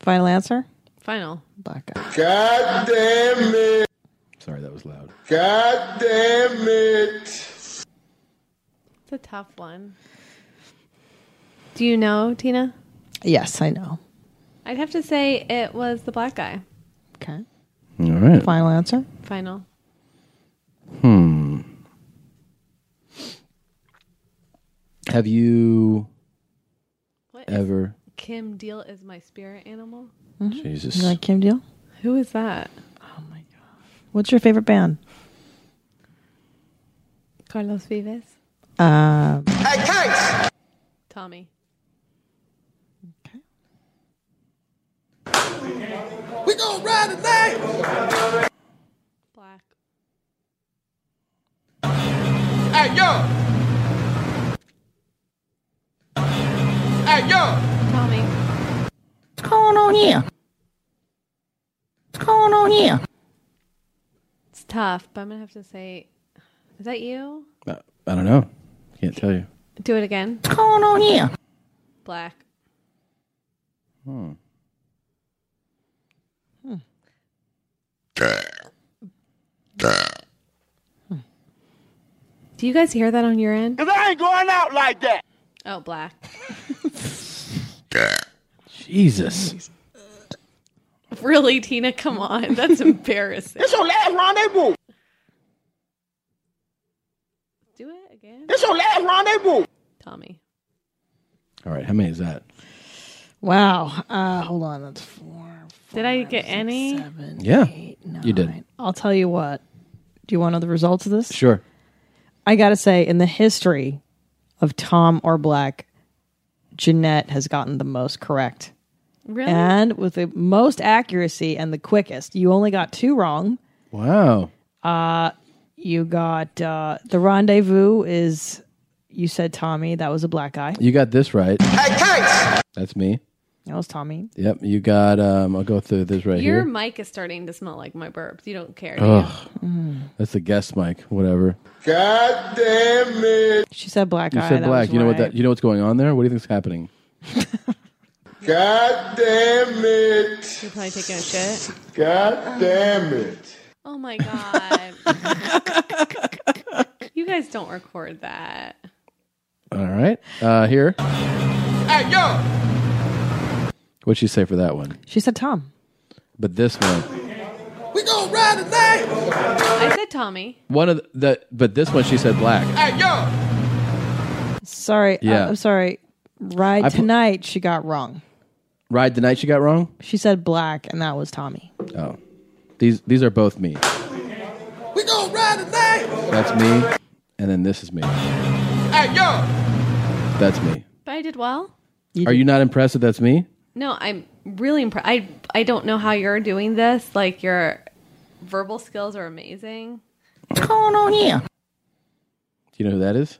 L: Final answer.
K: Final.
L: Black
K: guy.
F: God damn it.
D: Sorry, that was loud.
F: God damn it.
K: It's a tough one. Do you know, Tina?
L: Yes, I know.
K: I'd have to say it was the black guy.
L: Okay.
D: All right.
L: Final answer.
K: Final.
D: Hmm. Have you ever?
K: Kim Deal is my spirit animal.
D: Jesus.
L: You like Kim Deal?
K: Who is that?
L: What's your favorite band?
K: Carlos Vives.
L: Um,
F: Hey, Case.
K: Tommy.
F: We gonna ride tonight. Black. Hey, yo. Hey, yo.
K: Tommy.
F: What's going on here? What's going on here?
K: It's tough, but I'm gonna have to say, is that you?
D: Uh, I don't know. Can't tell you.
K: Do it again.
F: What's going on here?
K: Black.
D: Hmm.
K: Do you guys hear that on your end?
F: Cause I ain't going out like that.
K: Oh, black.
D: Jesus.
K: Really, Tina? Come on, that's embarrassing.
F: This your last rendezvous.
K: Do it again.
F: This your last rendezvous.
K: Tommy.
D: All right. How many is that?
L: Wow. Uh, hold on. That's four.
K: Did I get any?
D: Yeah. you did.
L: I'll tell you what. Do you want to know the results of this?
D: Sure.
L: I got to say, in the history of Tom or Black, Jeanette has gotten the most correct.
K: Really?
L: And with the most accuracy and the quickest. You only got two wrong.
D: Wow.
L: Uh, you got uh, the rendezvous is, you said Tommy. That was a black guy.
D: You got this right.
F: Hey, Case.
D: That's me.
L: That was Tommy.
D: Yep. You got. Um. I'll go through this right
K: Your
D: here.
K: mic is starting to smell like my burps. You don't care. do you?
D: Ugh. That's the guest mic. Whatever.
F: God damn it.
L: She said black
D: You said black. You know what that? You know what's going on there? What do you think's happening?
F: God damn it.
K: You're probably taking a shit.
F: God damn it.
K: Oh my god. you guys don't record that.
D: All right. Uh. Here.
F: Hey, yo.
D: What'd she say for that one?
L: She said Tom.
D: But this one.
F: We gonna ride tonight.
K: I said Tommy.
D: One of the. the but this one she said black.
F: Hey, yo.
L: Sorry.
D: Yeah.
L: uh, I'm sorry. Ride
D: I put-
L: tonight, she got wrong.
D: Ride the night she got wrong.
L: She said black, and that was Tommy.
D: Oh. These these are both me.
F: We gonna ride tonight.
D: That's me. And then this is me.
H: Hey, yo!
D: That's me.
K: But I did well.
D: Are you not impressed that that's me?
K: No, I'm really impressed. I I don't know how you're doing this. Like your verbal skills are amazing.
D: What's going on here? Do you know who that is?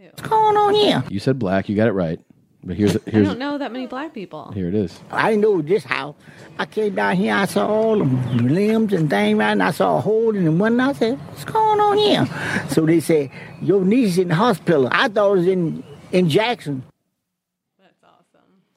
K: What's going on
D: You said black. You got it right. But here's here's
K: I don't know that many black people.
D: here it is.
A: I know this house. I came down here, I saw all the limbs and things right, and I saw a hole in the one. I said, "What's going on here?" so they said, "Your niece is in the hospital." I thought it was in in Jackson.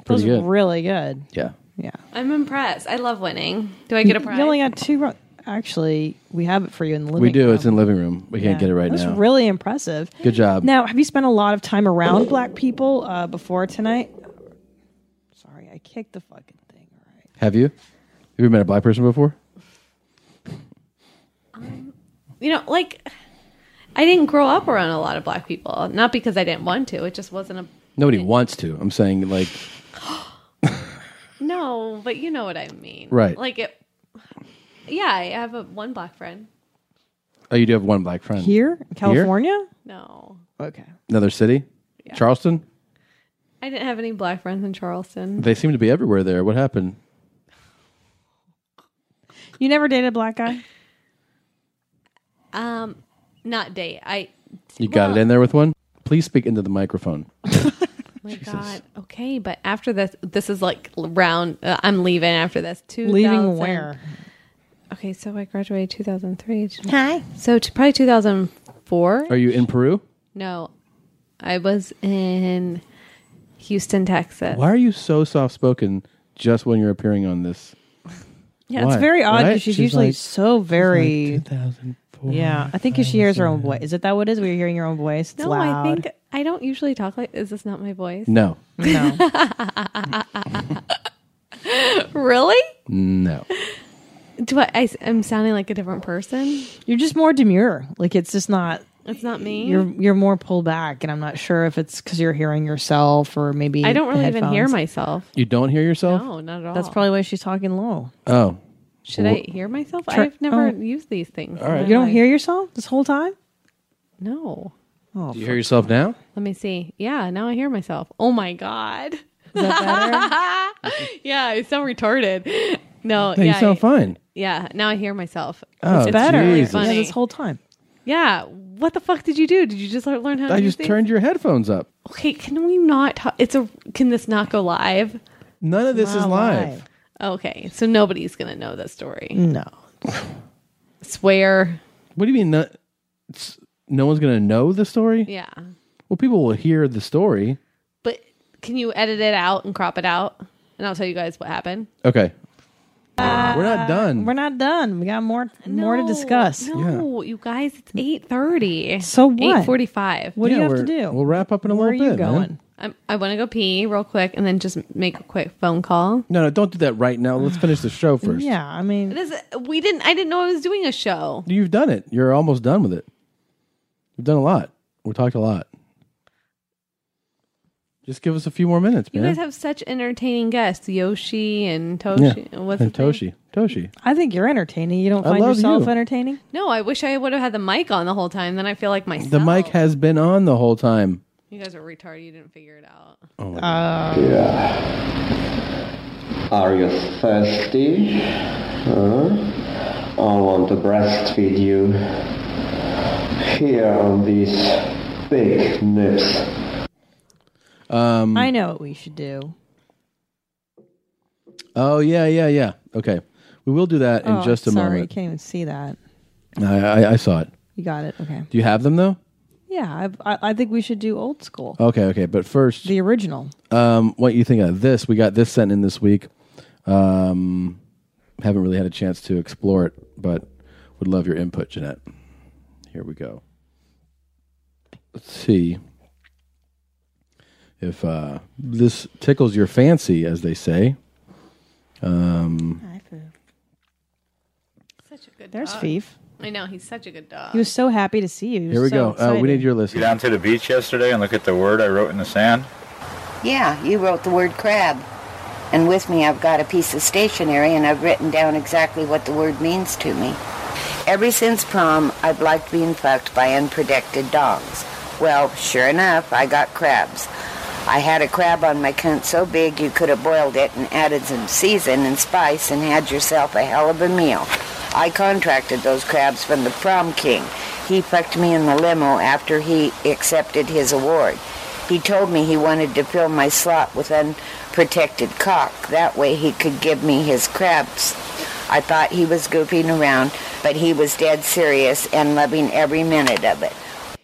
L: Those
A: Pretty
L: are
A: good.
L: really good.
D: Yeah.
L: Yeah.
K: I'm impressed. I love winning. Do I get a prize?
L: You only got two. ro- Actually, we have it for you in the living
D: we do.
L: room.
D: It's in the living room. We can't
L: Yeah.
D: get it right
L: That's
D: now.
L: really impressive.
D: Good job.
L: Now, have you spent a lot of time around black people uh, before tonight? Sorry, I kicked the fucking.
D: Have you? Have you ever met a black person before?
K: you know, like I didn't grow up around a lot of black people. Not because I didn't want to. It just wasn't a
D: Nobody wants to. I'm saying like
K: no. But you know what I mean,
D: Right.
K: Like it. Yeah, I have a, one black friend.
D: oh, you do have one black friend
L: Here? California?
K: No,
L: Okay.
D: Another city? Charleston?
K: I didn't have any black friends in Charleston.
D: They seem to be everywhere there. What happened?
L: You never dated a black guy?
K: Um, not date. I.
D: You got it in there with one? Please speak into the microphone.
K: My God. Okay, but after this, this is like round. Uh, I'm leaving after this. Two
L: Leaving where?
K: Okay, so I graduated 2003. Hi. So t- probably 2004.
D: Are you in Peru?
K: No, I was in Houston, Texas.
D: Why are you so soft spoken just when you're appearing on this?
L: Yeah,
D: Why?
L: it's very odd
D: Right?
L: because she's, usually
D: like-
L: so very. yeah, I think if she hears her own
D: yeah.
L: voice. Is it that what it is? We're hearing your own voice. It's
K: No,
L: loud.
K: I think I don't usually talk like. Is this not my voice?
D: No.
L: No.
K: really?
D: No.
K: Do I, I? am sounding like a different person.
L: You're just more demure. Like it's just not.
K: It's not me.
L: You're you're more pulled back, and I'm not sure if it's because you're hearing yourself or maybe
K: I don't
L: the
K: really even hear
L: headphones.
K: myself.
D: You don't hear
L: Oh.
D: yourself?
K: No, not at all.
L: That's probably why she's talking low.
D: Oh.
K: Should I hear myself?
L: Try-
K: I've never
L: oh.
K: used these things.
D: All right.
L: You don't hear yourself this whole time?
K: No.
L: Oh,
D: Do you hear yourself now?
K: Let me see. Yeah, now I hear myself. Oh my god. Is
L: that
K: better? yeah, I sound retarded.
L: Oh,
K: No,
D: No, you
K: yeah,
D: sound
K: I-
D: fine.
K: Yeah, now I hear myself.
D: Oh,
K: It's
D: better.
K: really
D: Jesus.
K: funny.
D: Yeah,
L: this whole time.
K: Yeah. What the fuck did you do? Did you just learn how to
D: I
K: use
D: just
K: these?
D: turned your headphones up.
K: Okay, can we not talk? It's a. Can this not go live?
D: None of this is
K: Not
D: live.
K: Okay, so nobody's gonna know the story.
L: No.
K: Swear.
D: What do you mean? No, it's- no one's going to know the story?
K: Yeah,
D: Well, people will hear the story.
K: but can you edit it out and crop it out? And I'll tell you guys what happened.
D: Okay. We're not done.
L: Uh, We're not done. We got more more to discuss.
K: No, you guys, it's eight thirty.
L: So what?
K: Eight forty-five.
L: What do Yeah, you have to we're- do?
D: We'll wrap up in a
L: Where
D: little
L: are you
D: bit. man.
L: going?
K: I'm, I want to go pee real quick and then just make a quick phone call.
D: No, no, don't do that right now. Let's finish the show first.
L: Yeah, I mean,
K: this, we didn't. I didn't know I was doing a show.
D: You've done it. You're almost done with it. You've done a lot. We talked a lot. Just give us a few more minutes,
K: You
D: man.
K: guys have such entertaining guests, Yoshi and Toshi. What's
D: and
K: the name?
D: Toshi. Toshi.
L: I think you're entertaining. You don't
D: I
L: find
D: love
L: yourself
D: you.
L: entertaining?
K: No, I wish I would have had the mic on the whole time. Then I feel like myself.
D: The mic has been on the whole time.
K: you guys are retarded. You didn't figure it out.
D: Oh,
S: Yeah. Are you thirsty? Huh? I want to breastfeed you. Here on these big nips.
D: Um,
L: I know what we should do.
D: Oh, yeah, yeah, yeah. Okay. We will do that in
L: Oh,
D: just a
L: sorry, I
D: moment.
L: can't even see that.
D: I, I, I saw it.
L: You got it. Okay.
D: Do you have them, though?
L: Yeah, I, I, I think we should do old school,
D: Okay, okay. But first,
L: the original.
D: Um, what you think of this? We got this sent in this week. Um, haven't really had a chance to explore it, but would love your input, Jeanette. Here we go. Let's see if uh, this tickles your fancy, as they say. Um,
L: There's Fief.
K: I know he's such a good dog.
L: Uh, He was so happy to see you. He was
D: here we
L: so
D: go. Uh,
L: excited.
D: we need your list.
C: Go down to the beach yesterday and look at the word I wrote in the sand.
W: Yeah, you wrote the word crab. And with me, I've got a piece of stationery and I've written down exactly what the word means to me. Ever since prom, I've liked being fucked by unprotected dogs. Well, sure enough, I got crabs. I had a crab on my cunt so big you could have boiled it and added some season and spice and had yourself a hell of a meal. I contracted those crabs from the prom king. He fucked me in the limo after he accepted his award. He told me he wanted to fill my slot with unprotected cock. That way he could give me his crabs. I thought he was goofing around, but he was dead serious and loving every minute of it.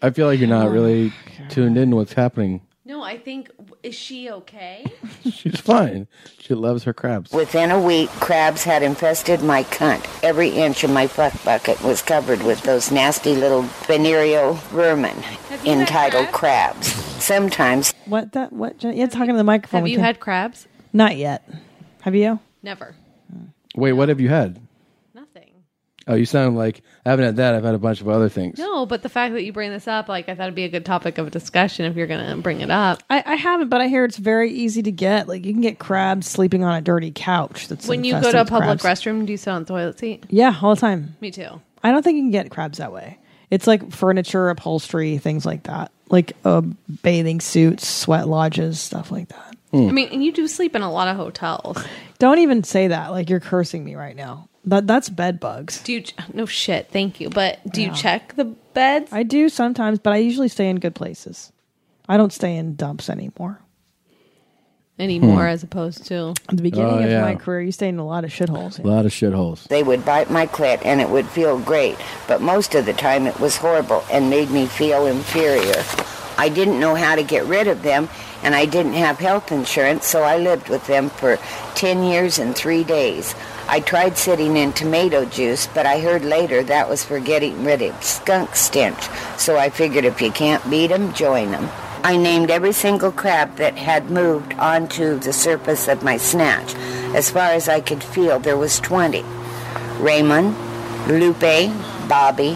D: I feel like you're
L: Oh
D: not really tuned in to what's happening.
K: No, I think is she okay?
D: She's fine. She loves her crabs.
W: Within a week, crabs had infested my cunt. Every inch of my fuck bucket was covered with those nasty little venereal vermin entitled crabs. Sometimes
L: What that? What? Jen- You're talking to the microphone.
K: have
L: we
K: you
L: can't-
K: had crabs?
L: Not yet. Have you?
K: Never.
D: Wait, what have you had?
K: Nothing.
D: Oh, you sound like I haven't had that. I've had a bunch of other things.
K: No, but the fact that you bring this up, like I thought it'd be a good topic of discussion if you're gonna bring it up.
L: I, I haven't, but I hear it's very easy to get. Like you can get crabs sleeping on a dirty couch. That's
K: when you go
L: infested
K: to a
L: with
K: public
L: crabs.
K: restroom, do you sit on the toilet seat?
L: Yeah, all the time.
K: Me too.
L: I don't think you can get crabs that way. It's like furniture, upholstery, things like that, like uh, bathing suits, sweat lodges, stuff like that.
K: I mean, and you do sleep in a lot of hotels.
L: Don't even say that. Like you're cursing me right now. That that's bed bugs.
K: Do you? No shit. Thank you. But do
L: Yeah.
K: you check the beds?
L: I do sometimes, but I usually stay in good places. I don't stay in dumps anymore.
K: anymore
L: Hmm.
K: as opposed to
L: At the beginning
D: Oh,
L: of
D: yeah.
L: my career, you stayed in a lot of shitholes.
D: A lot of shitholes.
W: they would bite my clit and it would feel great, but most of the time it was horrible and made me feel inferior. I didn't know how to get rid of them and I didn't have health insurance, so I lived with them for 10 years and 3 days. I tried sitting in tomato juice, but I heard later that was for getting rid of skunk stench, so I figured if you can't beat 'em, join 'em. I named every single crab that had moved onto the surface of my snatch. As far as I could feel, there was 20. Raymond, Lupe, Bobby,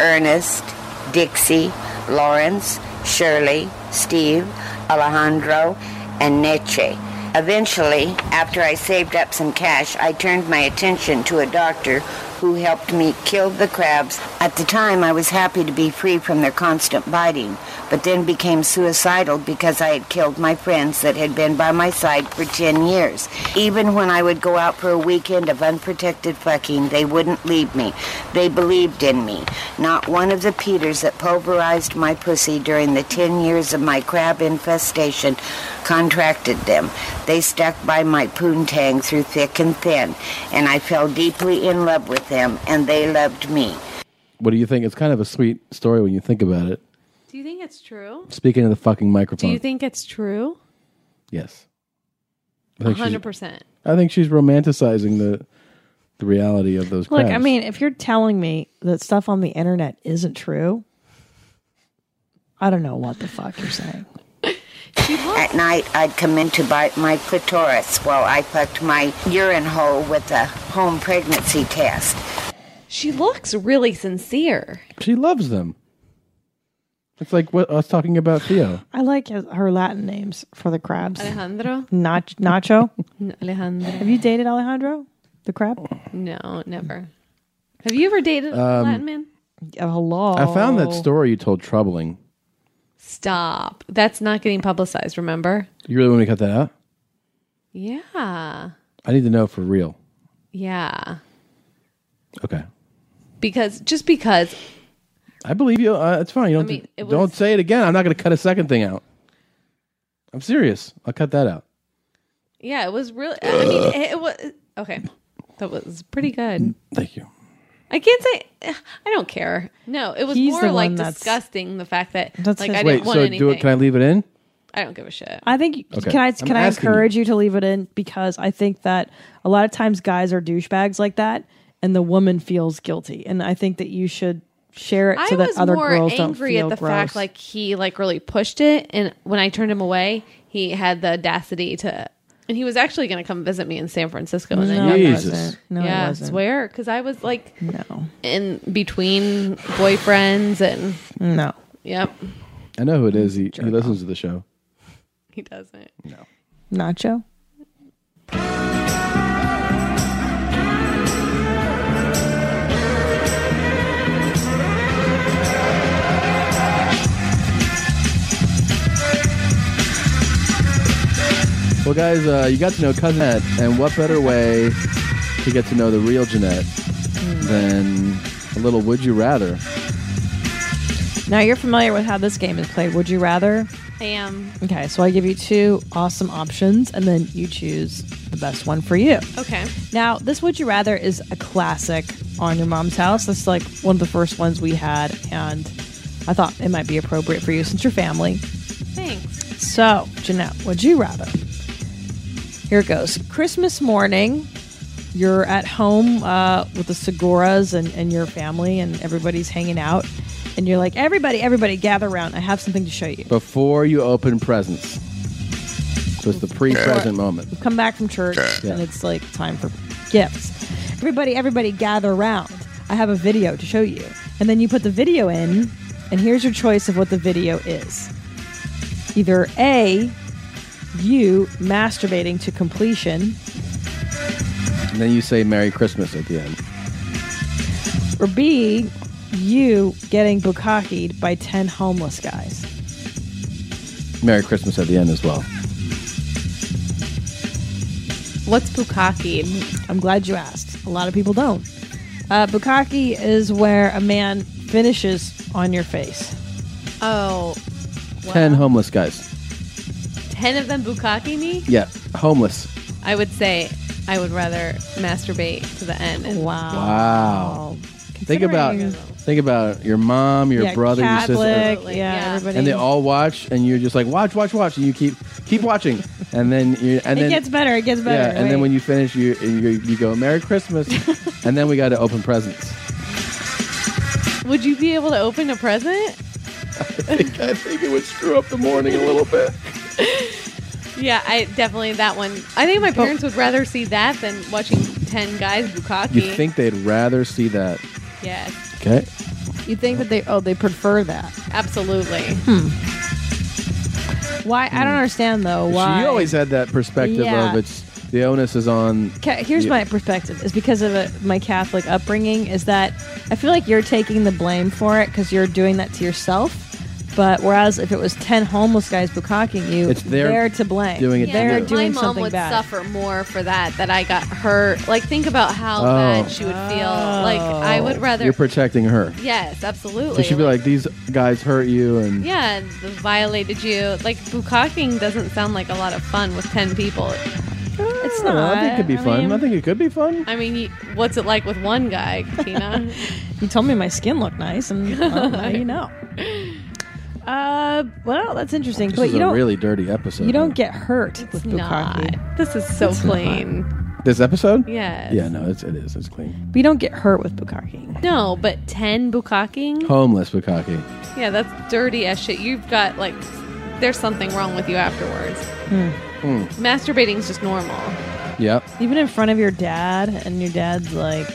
W: Ernest, Dixie, Lawrence, Shirley, Steve, Alejandro, and Neche. Eventually, after I saved up some cash, I turned my attention to a doctor who helped me kill the crabs. At the time, I was happy to be free from their constant biting, but then became suicidal because I had killed my friends that had been by my side for 10 years. Even when I would go out for a weekend of unprotected fucking, they wouldn't leave me. They believed in me. Not one of the Peters that pulverized my pussy during the 10 years of my crab infestation contracted them. They stuck by my poontang through thick and thin, and I fell deeply in love with them, and they loved me.
D: What do you think? It's kind of a sweet story when you think about it.
K: Do you think it's true?
D: Speaking of the fucking
K: Do
D: microphone.
K: you think it's true?
D: yes. I think she's-
K: hundred percent.
D: I think she's romanticizing the the reality of those
L: Look,
D: crabs.
L: I mean, if you're telling me that stuff on the internet isn't true, I don't know what the fuck you're saying.
W: At night, I'd come in to bite my clitoris while I fucked my urine hole with a home pregnancy test.
K: She looks really sincere.
D: she loves them. It's like what us talking about Theo.
L: I like his, her Latin names for the crabs.
K: Alejandro?
L: Nach- Nacho.
K: Alejandro.
L: Have you dated Alejandro, the crab?
K: Oh, No, never. Have you ever dated a
D: Um,
K: Latin man?
L: Hello.
D: I found
K: Oh.
D: that story you told troubling.
K: Stop. That's not getting publicized. Remember?
D: You really want me to cut that out?
K: Yeah.
D: I need to know for real.
K: Yeah.
D: Okay.
K: Because just because
D: I believe you. Uh, it's fine. You don't
K: I mean, it was-
D: don't say it again. I'm not going to cut a second thing out. I'm serious. I'll cut that out.
K: yeah, it was really. I mean, it, it was okay. That was pretty good.
D: Thank you.
K: I can't say. I don't care. No, it was
L: He's
K: more
L: the
K: like
L: one that's-
K: disgusting the fact that
L: That's
K: like
L: his-
K: I didn't
D: Wait.
K: want
D: So
K: anything.
D: do it. Can I leave it in?
K: I don't give a shit.
L: I think
D: Okay.
L: can I
D: I'm
L: can I
D: asking
L: encourage you. to leave it in because I think that a lot of times guys are douchebags like that, and the woman feels guilty, and I think that you should share it
K: I
L: so that
K: was
L: other
K: more
L: girls don't
K: angry
L: feel
K: at the
L: gross.
K: fact like he like really pushed it, and when I turned him away, he had the audacity to, and he was actually going to come visit me in San Francisco. And
L: No,
K: then
L: he Jesus. wasn't. No, he
K: yeah, I
L: wasn't.
K: swear, because I was like
L: no
K: in between boyfriends and
L: no.
K: Yep,
D: I know who it is. He, he listens to the show.
K: he doesn't. No,
L: Nacho.
D: Well, guys, uh, you got to know Cousin Jeanette, and what better way to get to know the real Jeanette
L: Mm.
D: than a little Would You Rather?
L: Now you're familiar with how this game is played. Would you rather?
K: I am.
L: Okay, so I give you two awesome options, and then you choose the best one for you.
K: Okay.
L: Now, this Would You Rather is a classic on your mom's house. That's like one of the first ones we had, and I thought it might be appropriate for you since you're family.
K: Thanks.
L: So, Jeanette, would you rather? Here it goes. Christmas morning, you're at home uh, with the Seguras and, and your family, and everybody's hanging out. And you're like, everybody, everybody, gather around. I have something to show you.
D: Before you open presents. So it's the pre present moment.
L: We've come back from church,
D: Yeah.
L: and it's like time for gifts. Everybody, everybody, gather around. I have a video to show you. And then you put the video in, and here's your choice of what the video is either A, you masturbating to completion,
D: And then you say Merry Christmas at the end.
L: or B, you getting bukkakied by 10 homeless guys.
D: Merry Christmas at the end as well.
L: What's bukkake? I'm glad you asked. A lot of people don't. Uh, bukkake is where a man finishes on your face.
K: Oh, wow.
D: Ten homeless guys.
K: ten of them bukkake me.
D: Yeah, homeless.
K: I would say I would rather masturbate to the end.
L: Wow.
D: Wow. Think about think about your mom, your
K: Yeah,
D: brother, your sister,
L: Catholic, yeah, everybody.
D: and they all watch, and you're just like watch, watch, watch, and you keep keep watching, and then you and
L: it
D: then
L: gets better. It gets better.
D: yeah, and
L: wait.
D: then when you finish, you you, you go Merry Christmas, and then we got to open presents.
K: Would you be able to open a present?
D: I think, I think it would screw up the morning a little bit.
K: Yeah, I definitely that one. I
L: Oh.
K: think my parents would rather see that than watching ten guys bukkake.
D: You think they'd rather see that?
K: Yes,
D: Okay,
L: you think that they oh they prefer that.
K: absolutely.
L: Hmm. Why? I don't understand though. Why?
D: you Hmm. always had that perspective
L: Yeah.
D: of it's the onus is on.
L: Ca- Here's
D: you-
L: my perspective: is because of uh my Catholic upbringing. Is that I feel like you're taking the blame for it because you're doing that to yourself. But whereas if it was ten homeless guys bukkaking you,
D: It's their
L: they're to blame.
D: doing it to
L: they're
D: you. My
L: doing
K: my mom
L: something
K: would
L: bad.
K: suffer more for that that I got hurt. Like think about how
D: Oh.
K: bad she would feel. Like I
L: Oh.
K: would rather.
D: You're protecting her.
K: yes, absolutely.
D: It should be like these guys hurt you and
K: yeah, the violated you. Like bukkaking doesn't sound like a lot of fun with ten people. It's
D: I don't know, I think it could be fun.
K: mean-
D: I think it could be fun.
K: I mean, you- what's it like with one guy, Tina?
L: You told me my skin looked nice, and well, now you know. Uh, well, that's interesting.
D: This
L: but
D: is
L: you
D: a
L: don't
D: really dirty episode.
L: you don't get hurt with
K: not.
L: bukkake.
K: This is so
L: It's not.
K: plain.
D: This episode?
K: Yes.
D: Yeah, no, it's, it is. It's clean.
L: But you don't get hurt with bukkake.
K: No, but ten bukkaking.
D: Homeless bukkake.
K: Yeah, that's dirty as shit. You've got like, there's something wrong with you afterwards.
D: Hmm.
K: Masturbating's just normal.
D: Yep.
L: Even in front of your dad, and your dad's like,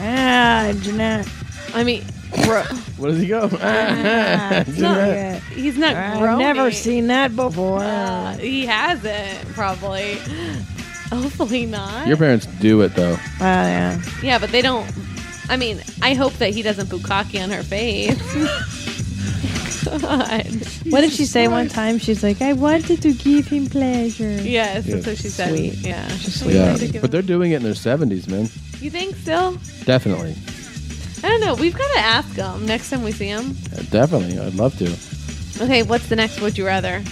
L: ah, Jeanette.
K: I mean, bro,
D: Where does he go?
K: it's not, he's not.
L: I've
K: groaning.
L: never seen that before.
K: Uh, he hasn't probably. Hopefully not.
D: Your parents do it though.
L: Ah, yeah.
K: Yeah, but they don't. I mean, I hope that he doesn't bukkake on her face. God.
L: what did she say one time? She's like, I wanted to give him pleasure.
K: Yes, that's
D: Yes.
K: what she said.
L: Sweet.
K: Yeah.
L: She's
D: Yeah. But they're doing it in their 70s, man.
K: You think still?
D: Definitely.
K: I don't know. We've got to ask him next time we see him.
D: Definitely. I'd love to.
K: Okay, what's the next would you rather?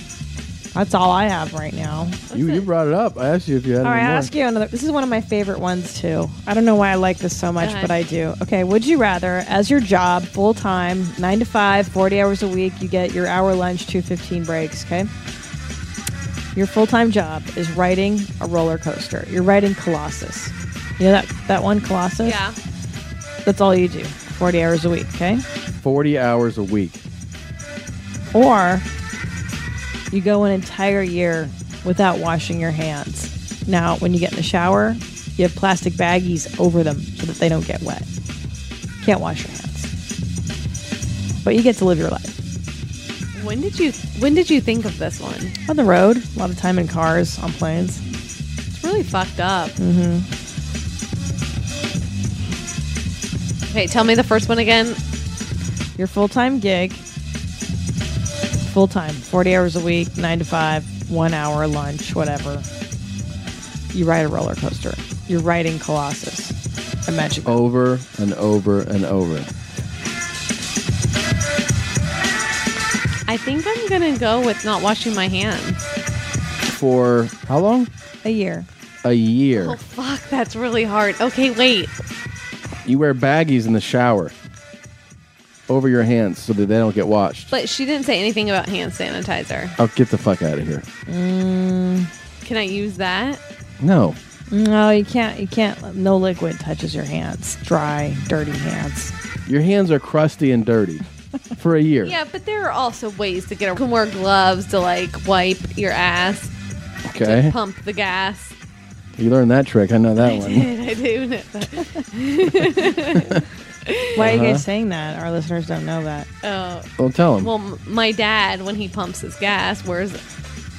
L: That's all I have right now.
D: You, you brought it up. I asked you if you had
L: All right,
D: any
L: I'll
D: more.
L: ask you another. This is one of my favorite ones too. I don't know why I like this so much,
K: Go ahead.
L: but I do. Okay, would you rather, as your job, full time, nine to five, 40 hours a week, you get your hour lunch, two 15 breaks, okay? Your full time job is riding a roller coaster. You're riding Colossus. You know that, that one, Colossus?
K: Yeah.
L: That's all you do, 40 hours a week, okay?
D: 40 hours a week.
L: Or you go an entire year without washing your hands. Now, when you get in the shower, you have plastic baggies over them so that they don't get wet. Can't wash your hands. But you get to live your life.
K: When did you when did you think of this one?
L: On the road, a lot of time in cars, on planes.
K: It's really fucked up.
L: hmm
K: Mm-hmm. Okay, tell me the first one again.
L: Your full time gig, full time, 40 hours a week, nine to five, one hour lunch, whatever. you ride a roller coaster. You're riding Colossus. Imagine.
D: Over and over and over.
K: I think I'm gonna go with not washing my hands.
D: For how long?
L: A year.
D: A year.
K: Oh fuck, that's really hard. Okay, wait.
D: You wear baggies in the shower over your hands so that they don't get washed.
K: But she didn't say anything about hand sanitizer.
D: Oh, get the fuck out of here.
L: Mm,
K: Can I use that?
D: No.
L: no, you can't. You can't. No liquid touches your hands. Dry, dirty hands.
D: Your hands are crusty and dirty for a year.
K: Yeah, but there are also ways to get. You can wear gloves to like wipe your ass,
D: Okay.
K: pump the gas.
D: You learned that trick. I know that
K: I
D: one.
K: did. I do. know that.
L: Why are you
D: Uh-huh.
L: guys saying that? Our listeners don't know that.
K: Oh.
D: Well, tell 'em.
K: Well, m- my dad, when he pumps his gas, wears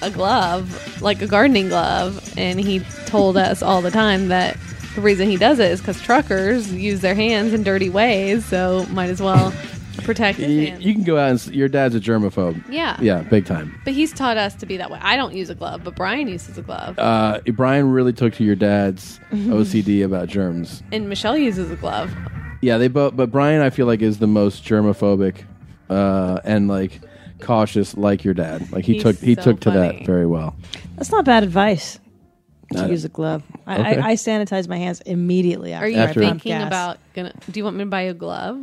K: a glove, like a gardening glove, and he told us all the time that the reason he does it is because truckers use their hands in dirty ways, so might as well protect his
D: You,
K: hands.
D: you can go out and s- your dad's a germaphobe.
K: Yeah.
D: Yeah, big time.
K: But he's taught us to be that way. I don't use a glove, but Brian uses a glove,
D: Uh, Brian really took to your dad's OCD about germs.
K: and Michelle uses a glove.
D: Yeah, they both. But Brian, I feel like, is the most germophobic uh, and like cautious, like your dad. Like he
L: He's
D: took he
L: so
D: took to that very well.
L: That's not bad advice. To
D: Not-
L: use a glove. I,
D: Okay.
L: I, I sanitize my hands immediately after.
K: Are you
L: I pump
K: thinking
L: gas.
K: about gonna? Do you want me to buy you a glove?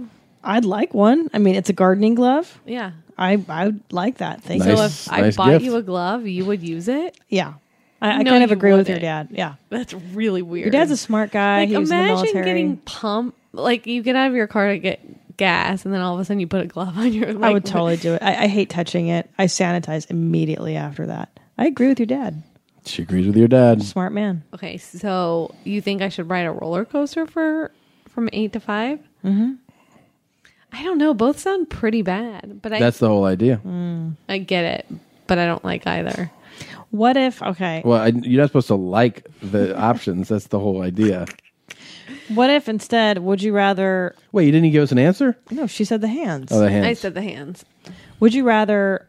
L: I'd like one. I mean, it's a gardening glove.
K: Yeah.
L: I I would like that. Thank you.
K: so if I bought you a glove, you would use it?
L: Yeah. I, I
K: No,
L: kind of
K: you
L: agree with your
K: wouldn't.
L: dad. Yeah.
K: That's really weird.
L: Your dad's a smart guy.
K: Like,
L: he was in the
K: imagine
L: military.
K: getting pumped. Like you get out of your car to get gas, and then all of a sudden you put a glove on your.
L: I
K: Like,
L: would totally do it. I, I hate touching it. I sanitize immediately after that. I agree with your dad.
D: She agrees with your dad.
L: Smart man.
K: Okay, so you think I should ride a roller coaster for from eight to five?
L: Mm-hmm.
K: I don't know. Both sound pretty bad, but I
D: That's the whole idea.
K: I get it, but I don't like either.
L: What if? Okay.
D: Well, I, you're not supposed to like the options. That's the whole idea.
L: What if instead, would you rather?
D: Wait, you didn't give us an answer?
L: No, she said the hands.
D: Oh, the hands. I
K: said the hands.
L: Would you rather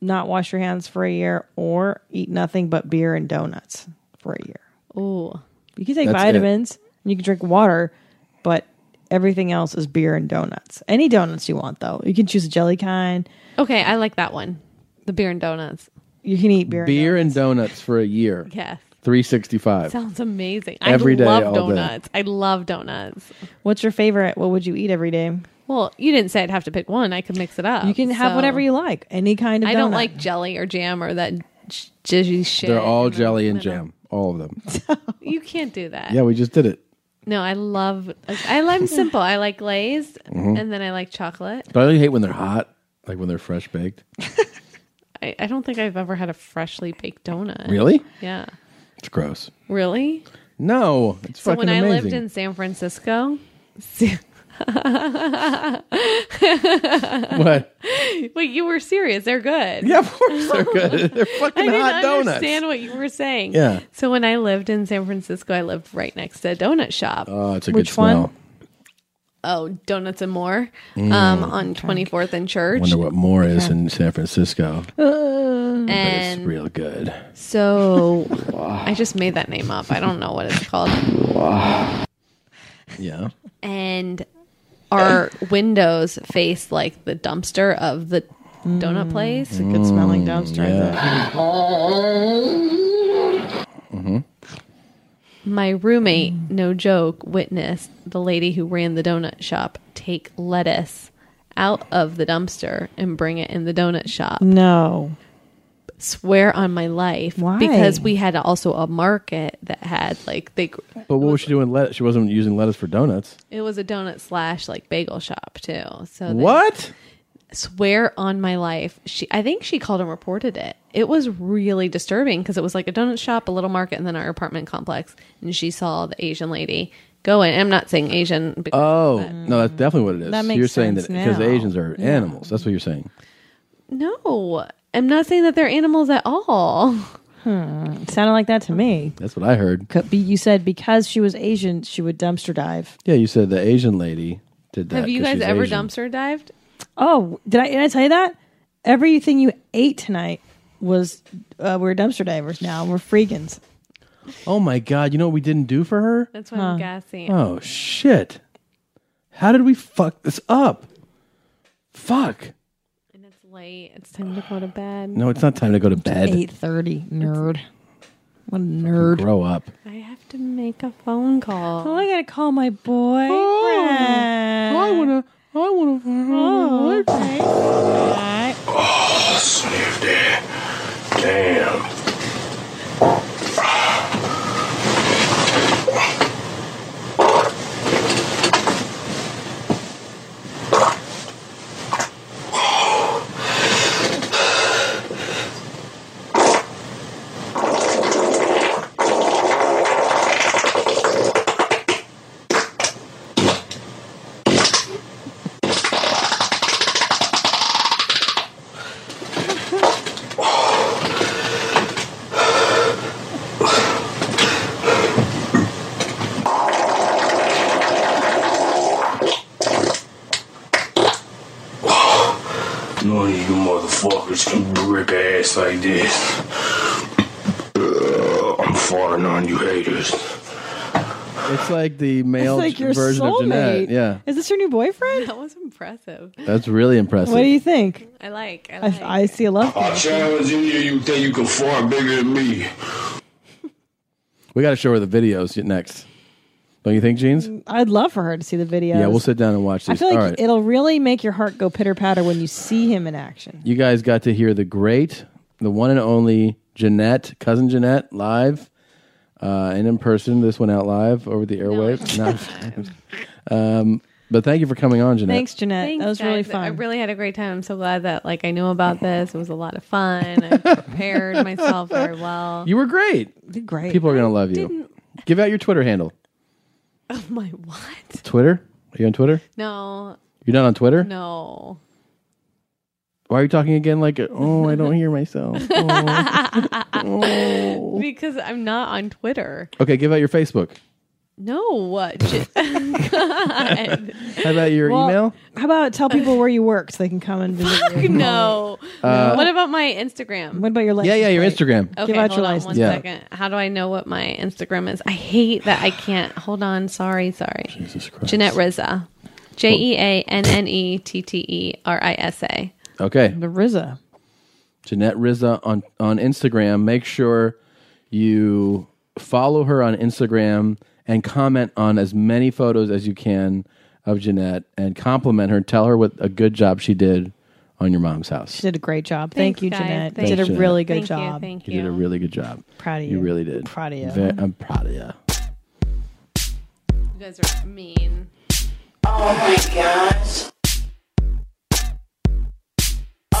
L: not wash your hands for a year or eat nothing but beer and donuts for a year?
K: Ooh.
L: You can take
K: That's it.
L: vitamins and you can drink water, but everything else is beer and donuts. Any donuts you want, though. You can choose a jelly kind.
K: Okay, I like that one. The beer and donuts.
L: You can eat beer.
D: Beer and donuts for a year.
K: Yes.
D: Three sixty five.
K: Sounds amazing.
D: Every
K: I
D: day,
K: love
D: all day.
K: donuts. I love donuts.
L: What's your favorite? What would you eat every day?
K: Well, you didn't say I'd have to pick one. I could mix it up.
L: You can have
K: Uh, so-
L: whatever you like. Any kind of
K: I don't
L: donut.
K: like jelly or jam or that j- jizzy shit.
D: They're all jelly and jam. All of them.
K: You can't do that.
D: yeah, we just did it.
K: No, I love. I love simple. I like glazed,
D: Mhm.
K: and then I like chocolate.
D: But I really hate when they're hot, like when they're fresh baked.
K: I, I don't think I've ever had a freshly baked donut.
D: Really?
K: Yeah.
D: It's gross.
K: Really?
D: No, it's
K: so
D: fucking
K: when I lived
D: amazing.
K: in San Francisco.
D: What?
K: Wait, you were serious. They're good.
D: Yeah, of course they're good. They're fucking
K: I didn't
D: hot donuts.
K: understand what you were saying.
D: Yeah.
K: So when I lived in San Francisco, I lived right next to a donut shop.
D: oh, it's a
K: Which
D: good
K: one?
D: smell.
K: Oh, donuts and more
D: Mm.
K: um, on Twenty Fourth and Church.
D: Wonder what more is in San Francisco.
K: and
D: But it's real good.
K: so I just made that name up. I don't know what it's called.
D: Yeah.
K: And our windows face like the dumpster of the donut place. It's
L: a good smelling dumpster.
D: Mm-hmm.
K: My roommate, no joke, witnessed the lady who ran the donut shop take lettuce out of the dumpster and bring it in the donut shop.
L: No.
K: Swear on my life.
L: Why?
K: Because we had also a market that had like they
D: But what was she doing? Let- she wasn't using lettuce for donuts.
K: it was a donut slash like bagel shop too. So they-
D: What?
K: Swear on my life, she I think she called and reported it. It was really disturbing because it was like a donut shop, a little market, and then our apartment complex. And she saw the Asian lady go in. I'm not saying Asian. Because,
D: Oh no, that's definitely what it is.
K: That makes
D: you're saying
K: sense
D: that because
K: now.
D: Asians are
K: Yeah.
D: animals. That's what you're saying.
K: No, I'm not saying that they're animals at all.
L: Hmm. It sounded like that to me.
D: That's what I heard.
L: Could be- You said because she was Asian, she would dumpster dive.
D: Yeah, you said the Asian lady did that.
K: Have you
D: 'cause
K: guys
D: she's
K: ever
D: Asian.
K: dumpster dived?
L: Oh, did I did I tell you that? Everything you ate tonight was uh, we're dumpster divers now. We're freegans.
D: Oh my God! You know what we didn't do for her?
K: That's why I'm gassy.
D: Oh shit! How did we fuck this up? Fuck!
K: And it's late. It's time to go to bed.
D: No, it's not time to go to bed.
L: Eight thirty, nerd. What a nerd.
D: Grow up.
K: I have to make a phone call.
L: Oh, I gotta call my boy. I
D: wanna. I wanna.
L: Oh,
I: Oh, saved it. Damn. None of you motherfuckers can brick ass like this. Uh, I'm farting on you haters.
D: It's like the male
L: It's like your
D: version
L: soulmate.
D: of Jeanette. Yeah,
L: Is this your new boyfriend?
K: That was impressive.
D: that's really impressive.
L: What do you think?
K: I like. I
L: I,
K: like.
L: I see a love.
C: Oh,
I: I challenge you, you think you can fart bigger than me.
D: we got to show her the videos next. Don't you think, Jeans?
L: I'd love for her to see the videos.
D: Yeah, we'll sit down and watch
L: I
D: these.
L: feel like
D: All right.
L: it'll really make your heart go pitter patter when you see him in action.
D: You guys got to hear the great, the one and only Jeanette, cousin Jeanette, live uh, and in person. This went out live over the airwaves. No, I'm just- um, but thank you for coming on, Jeanette.
L: Thanks, Jeanette.
K: Thanks,
L: that was really
K: guys. I
L: fun.
K: really had a great time. I'm so glad that like I know about this. It was a lot of fun. I prepared myself very well.
D: You were great.
L: Did great.
D: People are gonna love you. Give out your Twitter handle.
K: Oh my what?
D: Twitter? Are you on Twitter?
K: No.
D: You're not on Twitter?
K: No.
D: Why are you talking again like oh I don't hear myself? Oh.
K: because I'm not on Twitter.
D: Okay, give out your Facebook.
K: No. What? J- God.
D: How about your
L: Well,
D: email?
L: How about tell people where you work so they can come and visit? you?
K: no.
D: Uh,
K: what about my Instagram?
L: What about your license?
D: Yeah, yeah, your
L: plate?
D: Instagram.
K: Okay,
L: Give out
K: hold
L: your
K: on
L: license.
K: one
D: Yeah.
K: second. How do I know what my Instagram is? I hate that I can't. Hold on. Sorry, sorry.
D: Jesus
K: Christ. Jeanette Rizza. J E A N N E T T E R I S A.
D: Okay.
L: The Rizza.
D: Jeanette Rizza on, on Instagram. Make sure you follow her on Instagram and comment on as many photos as you can of Jeanette and compliment her. Tell her what a good job she did on your mom's house.
L: She did a great job. Thank
K: Thanks,
L: you,
K: guys.
L: Jeanette.
K: Thank
L: did a
D: you.
L: really good
K: Thank you,
L: job.
K: thank
D: You did a really good job.
L: Proud of
D: You
L: you.
D: really did.
L: Proud of you.
D: Ve- I'm proud of you.
K: You guys are mean.
F: Oh my gosh. Oh my gosh.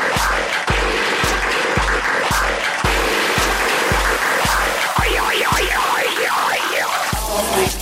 F: Oh my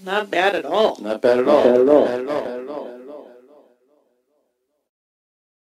D: Not bad at all. Not bad at all.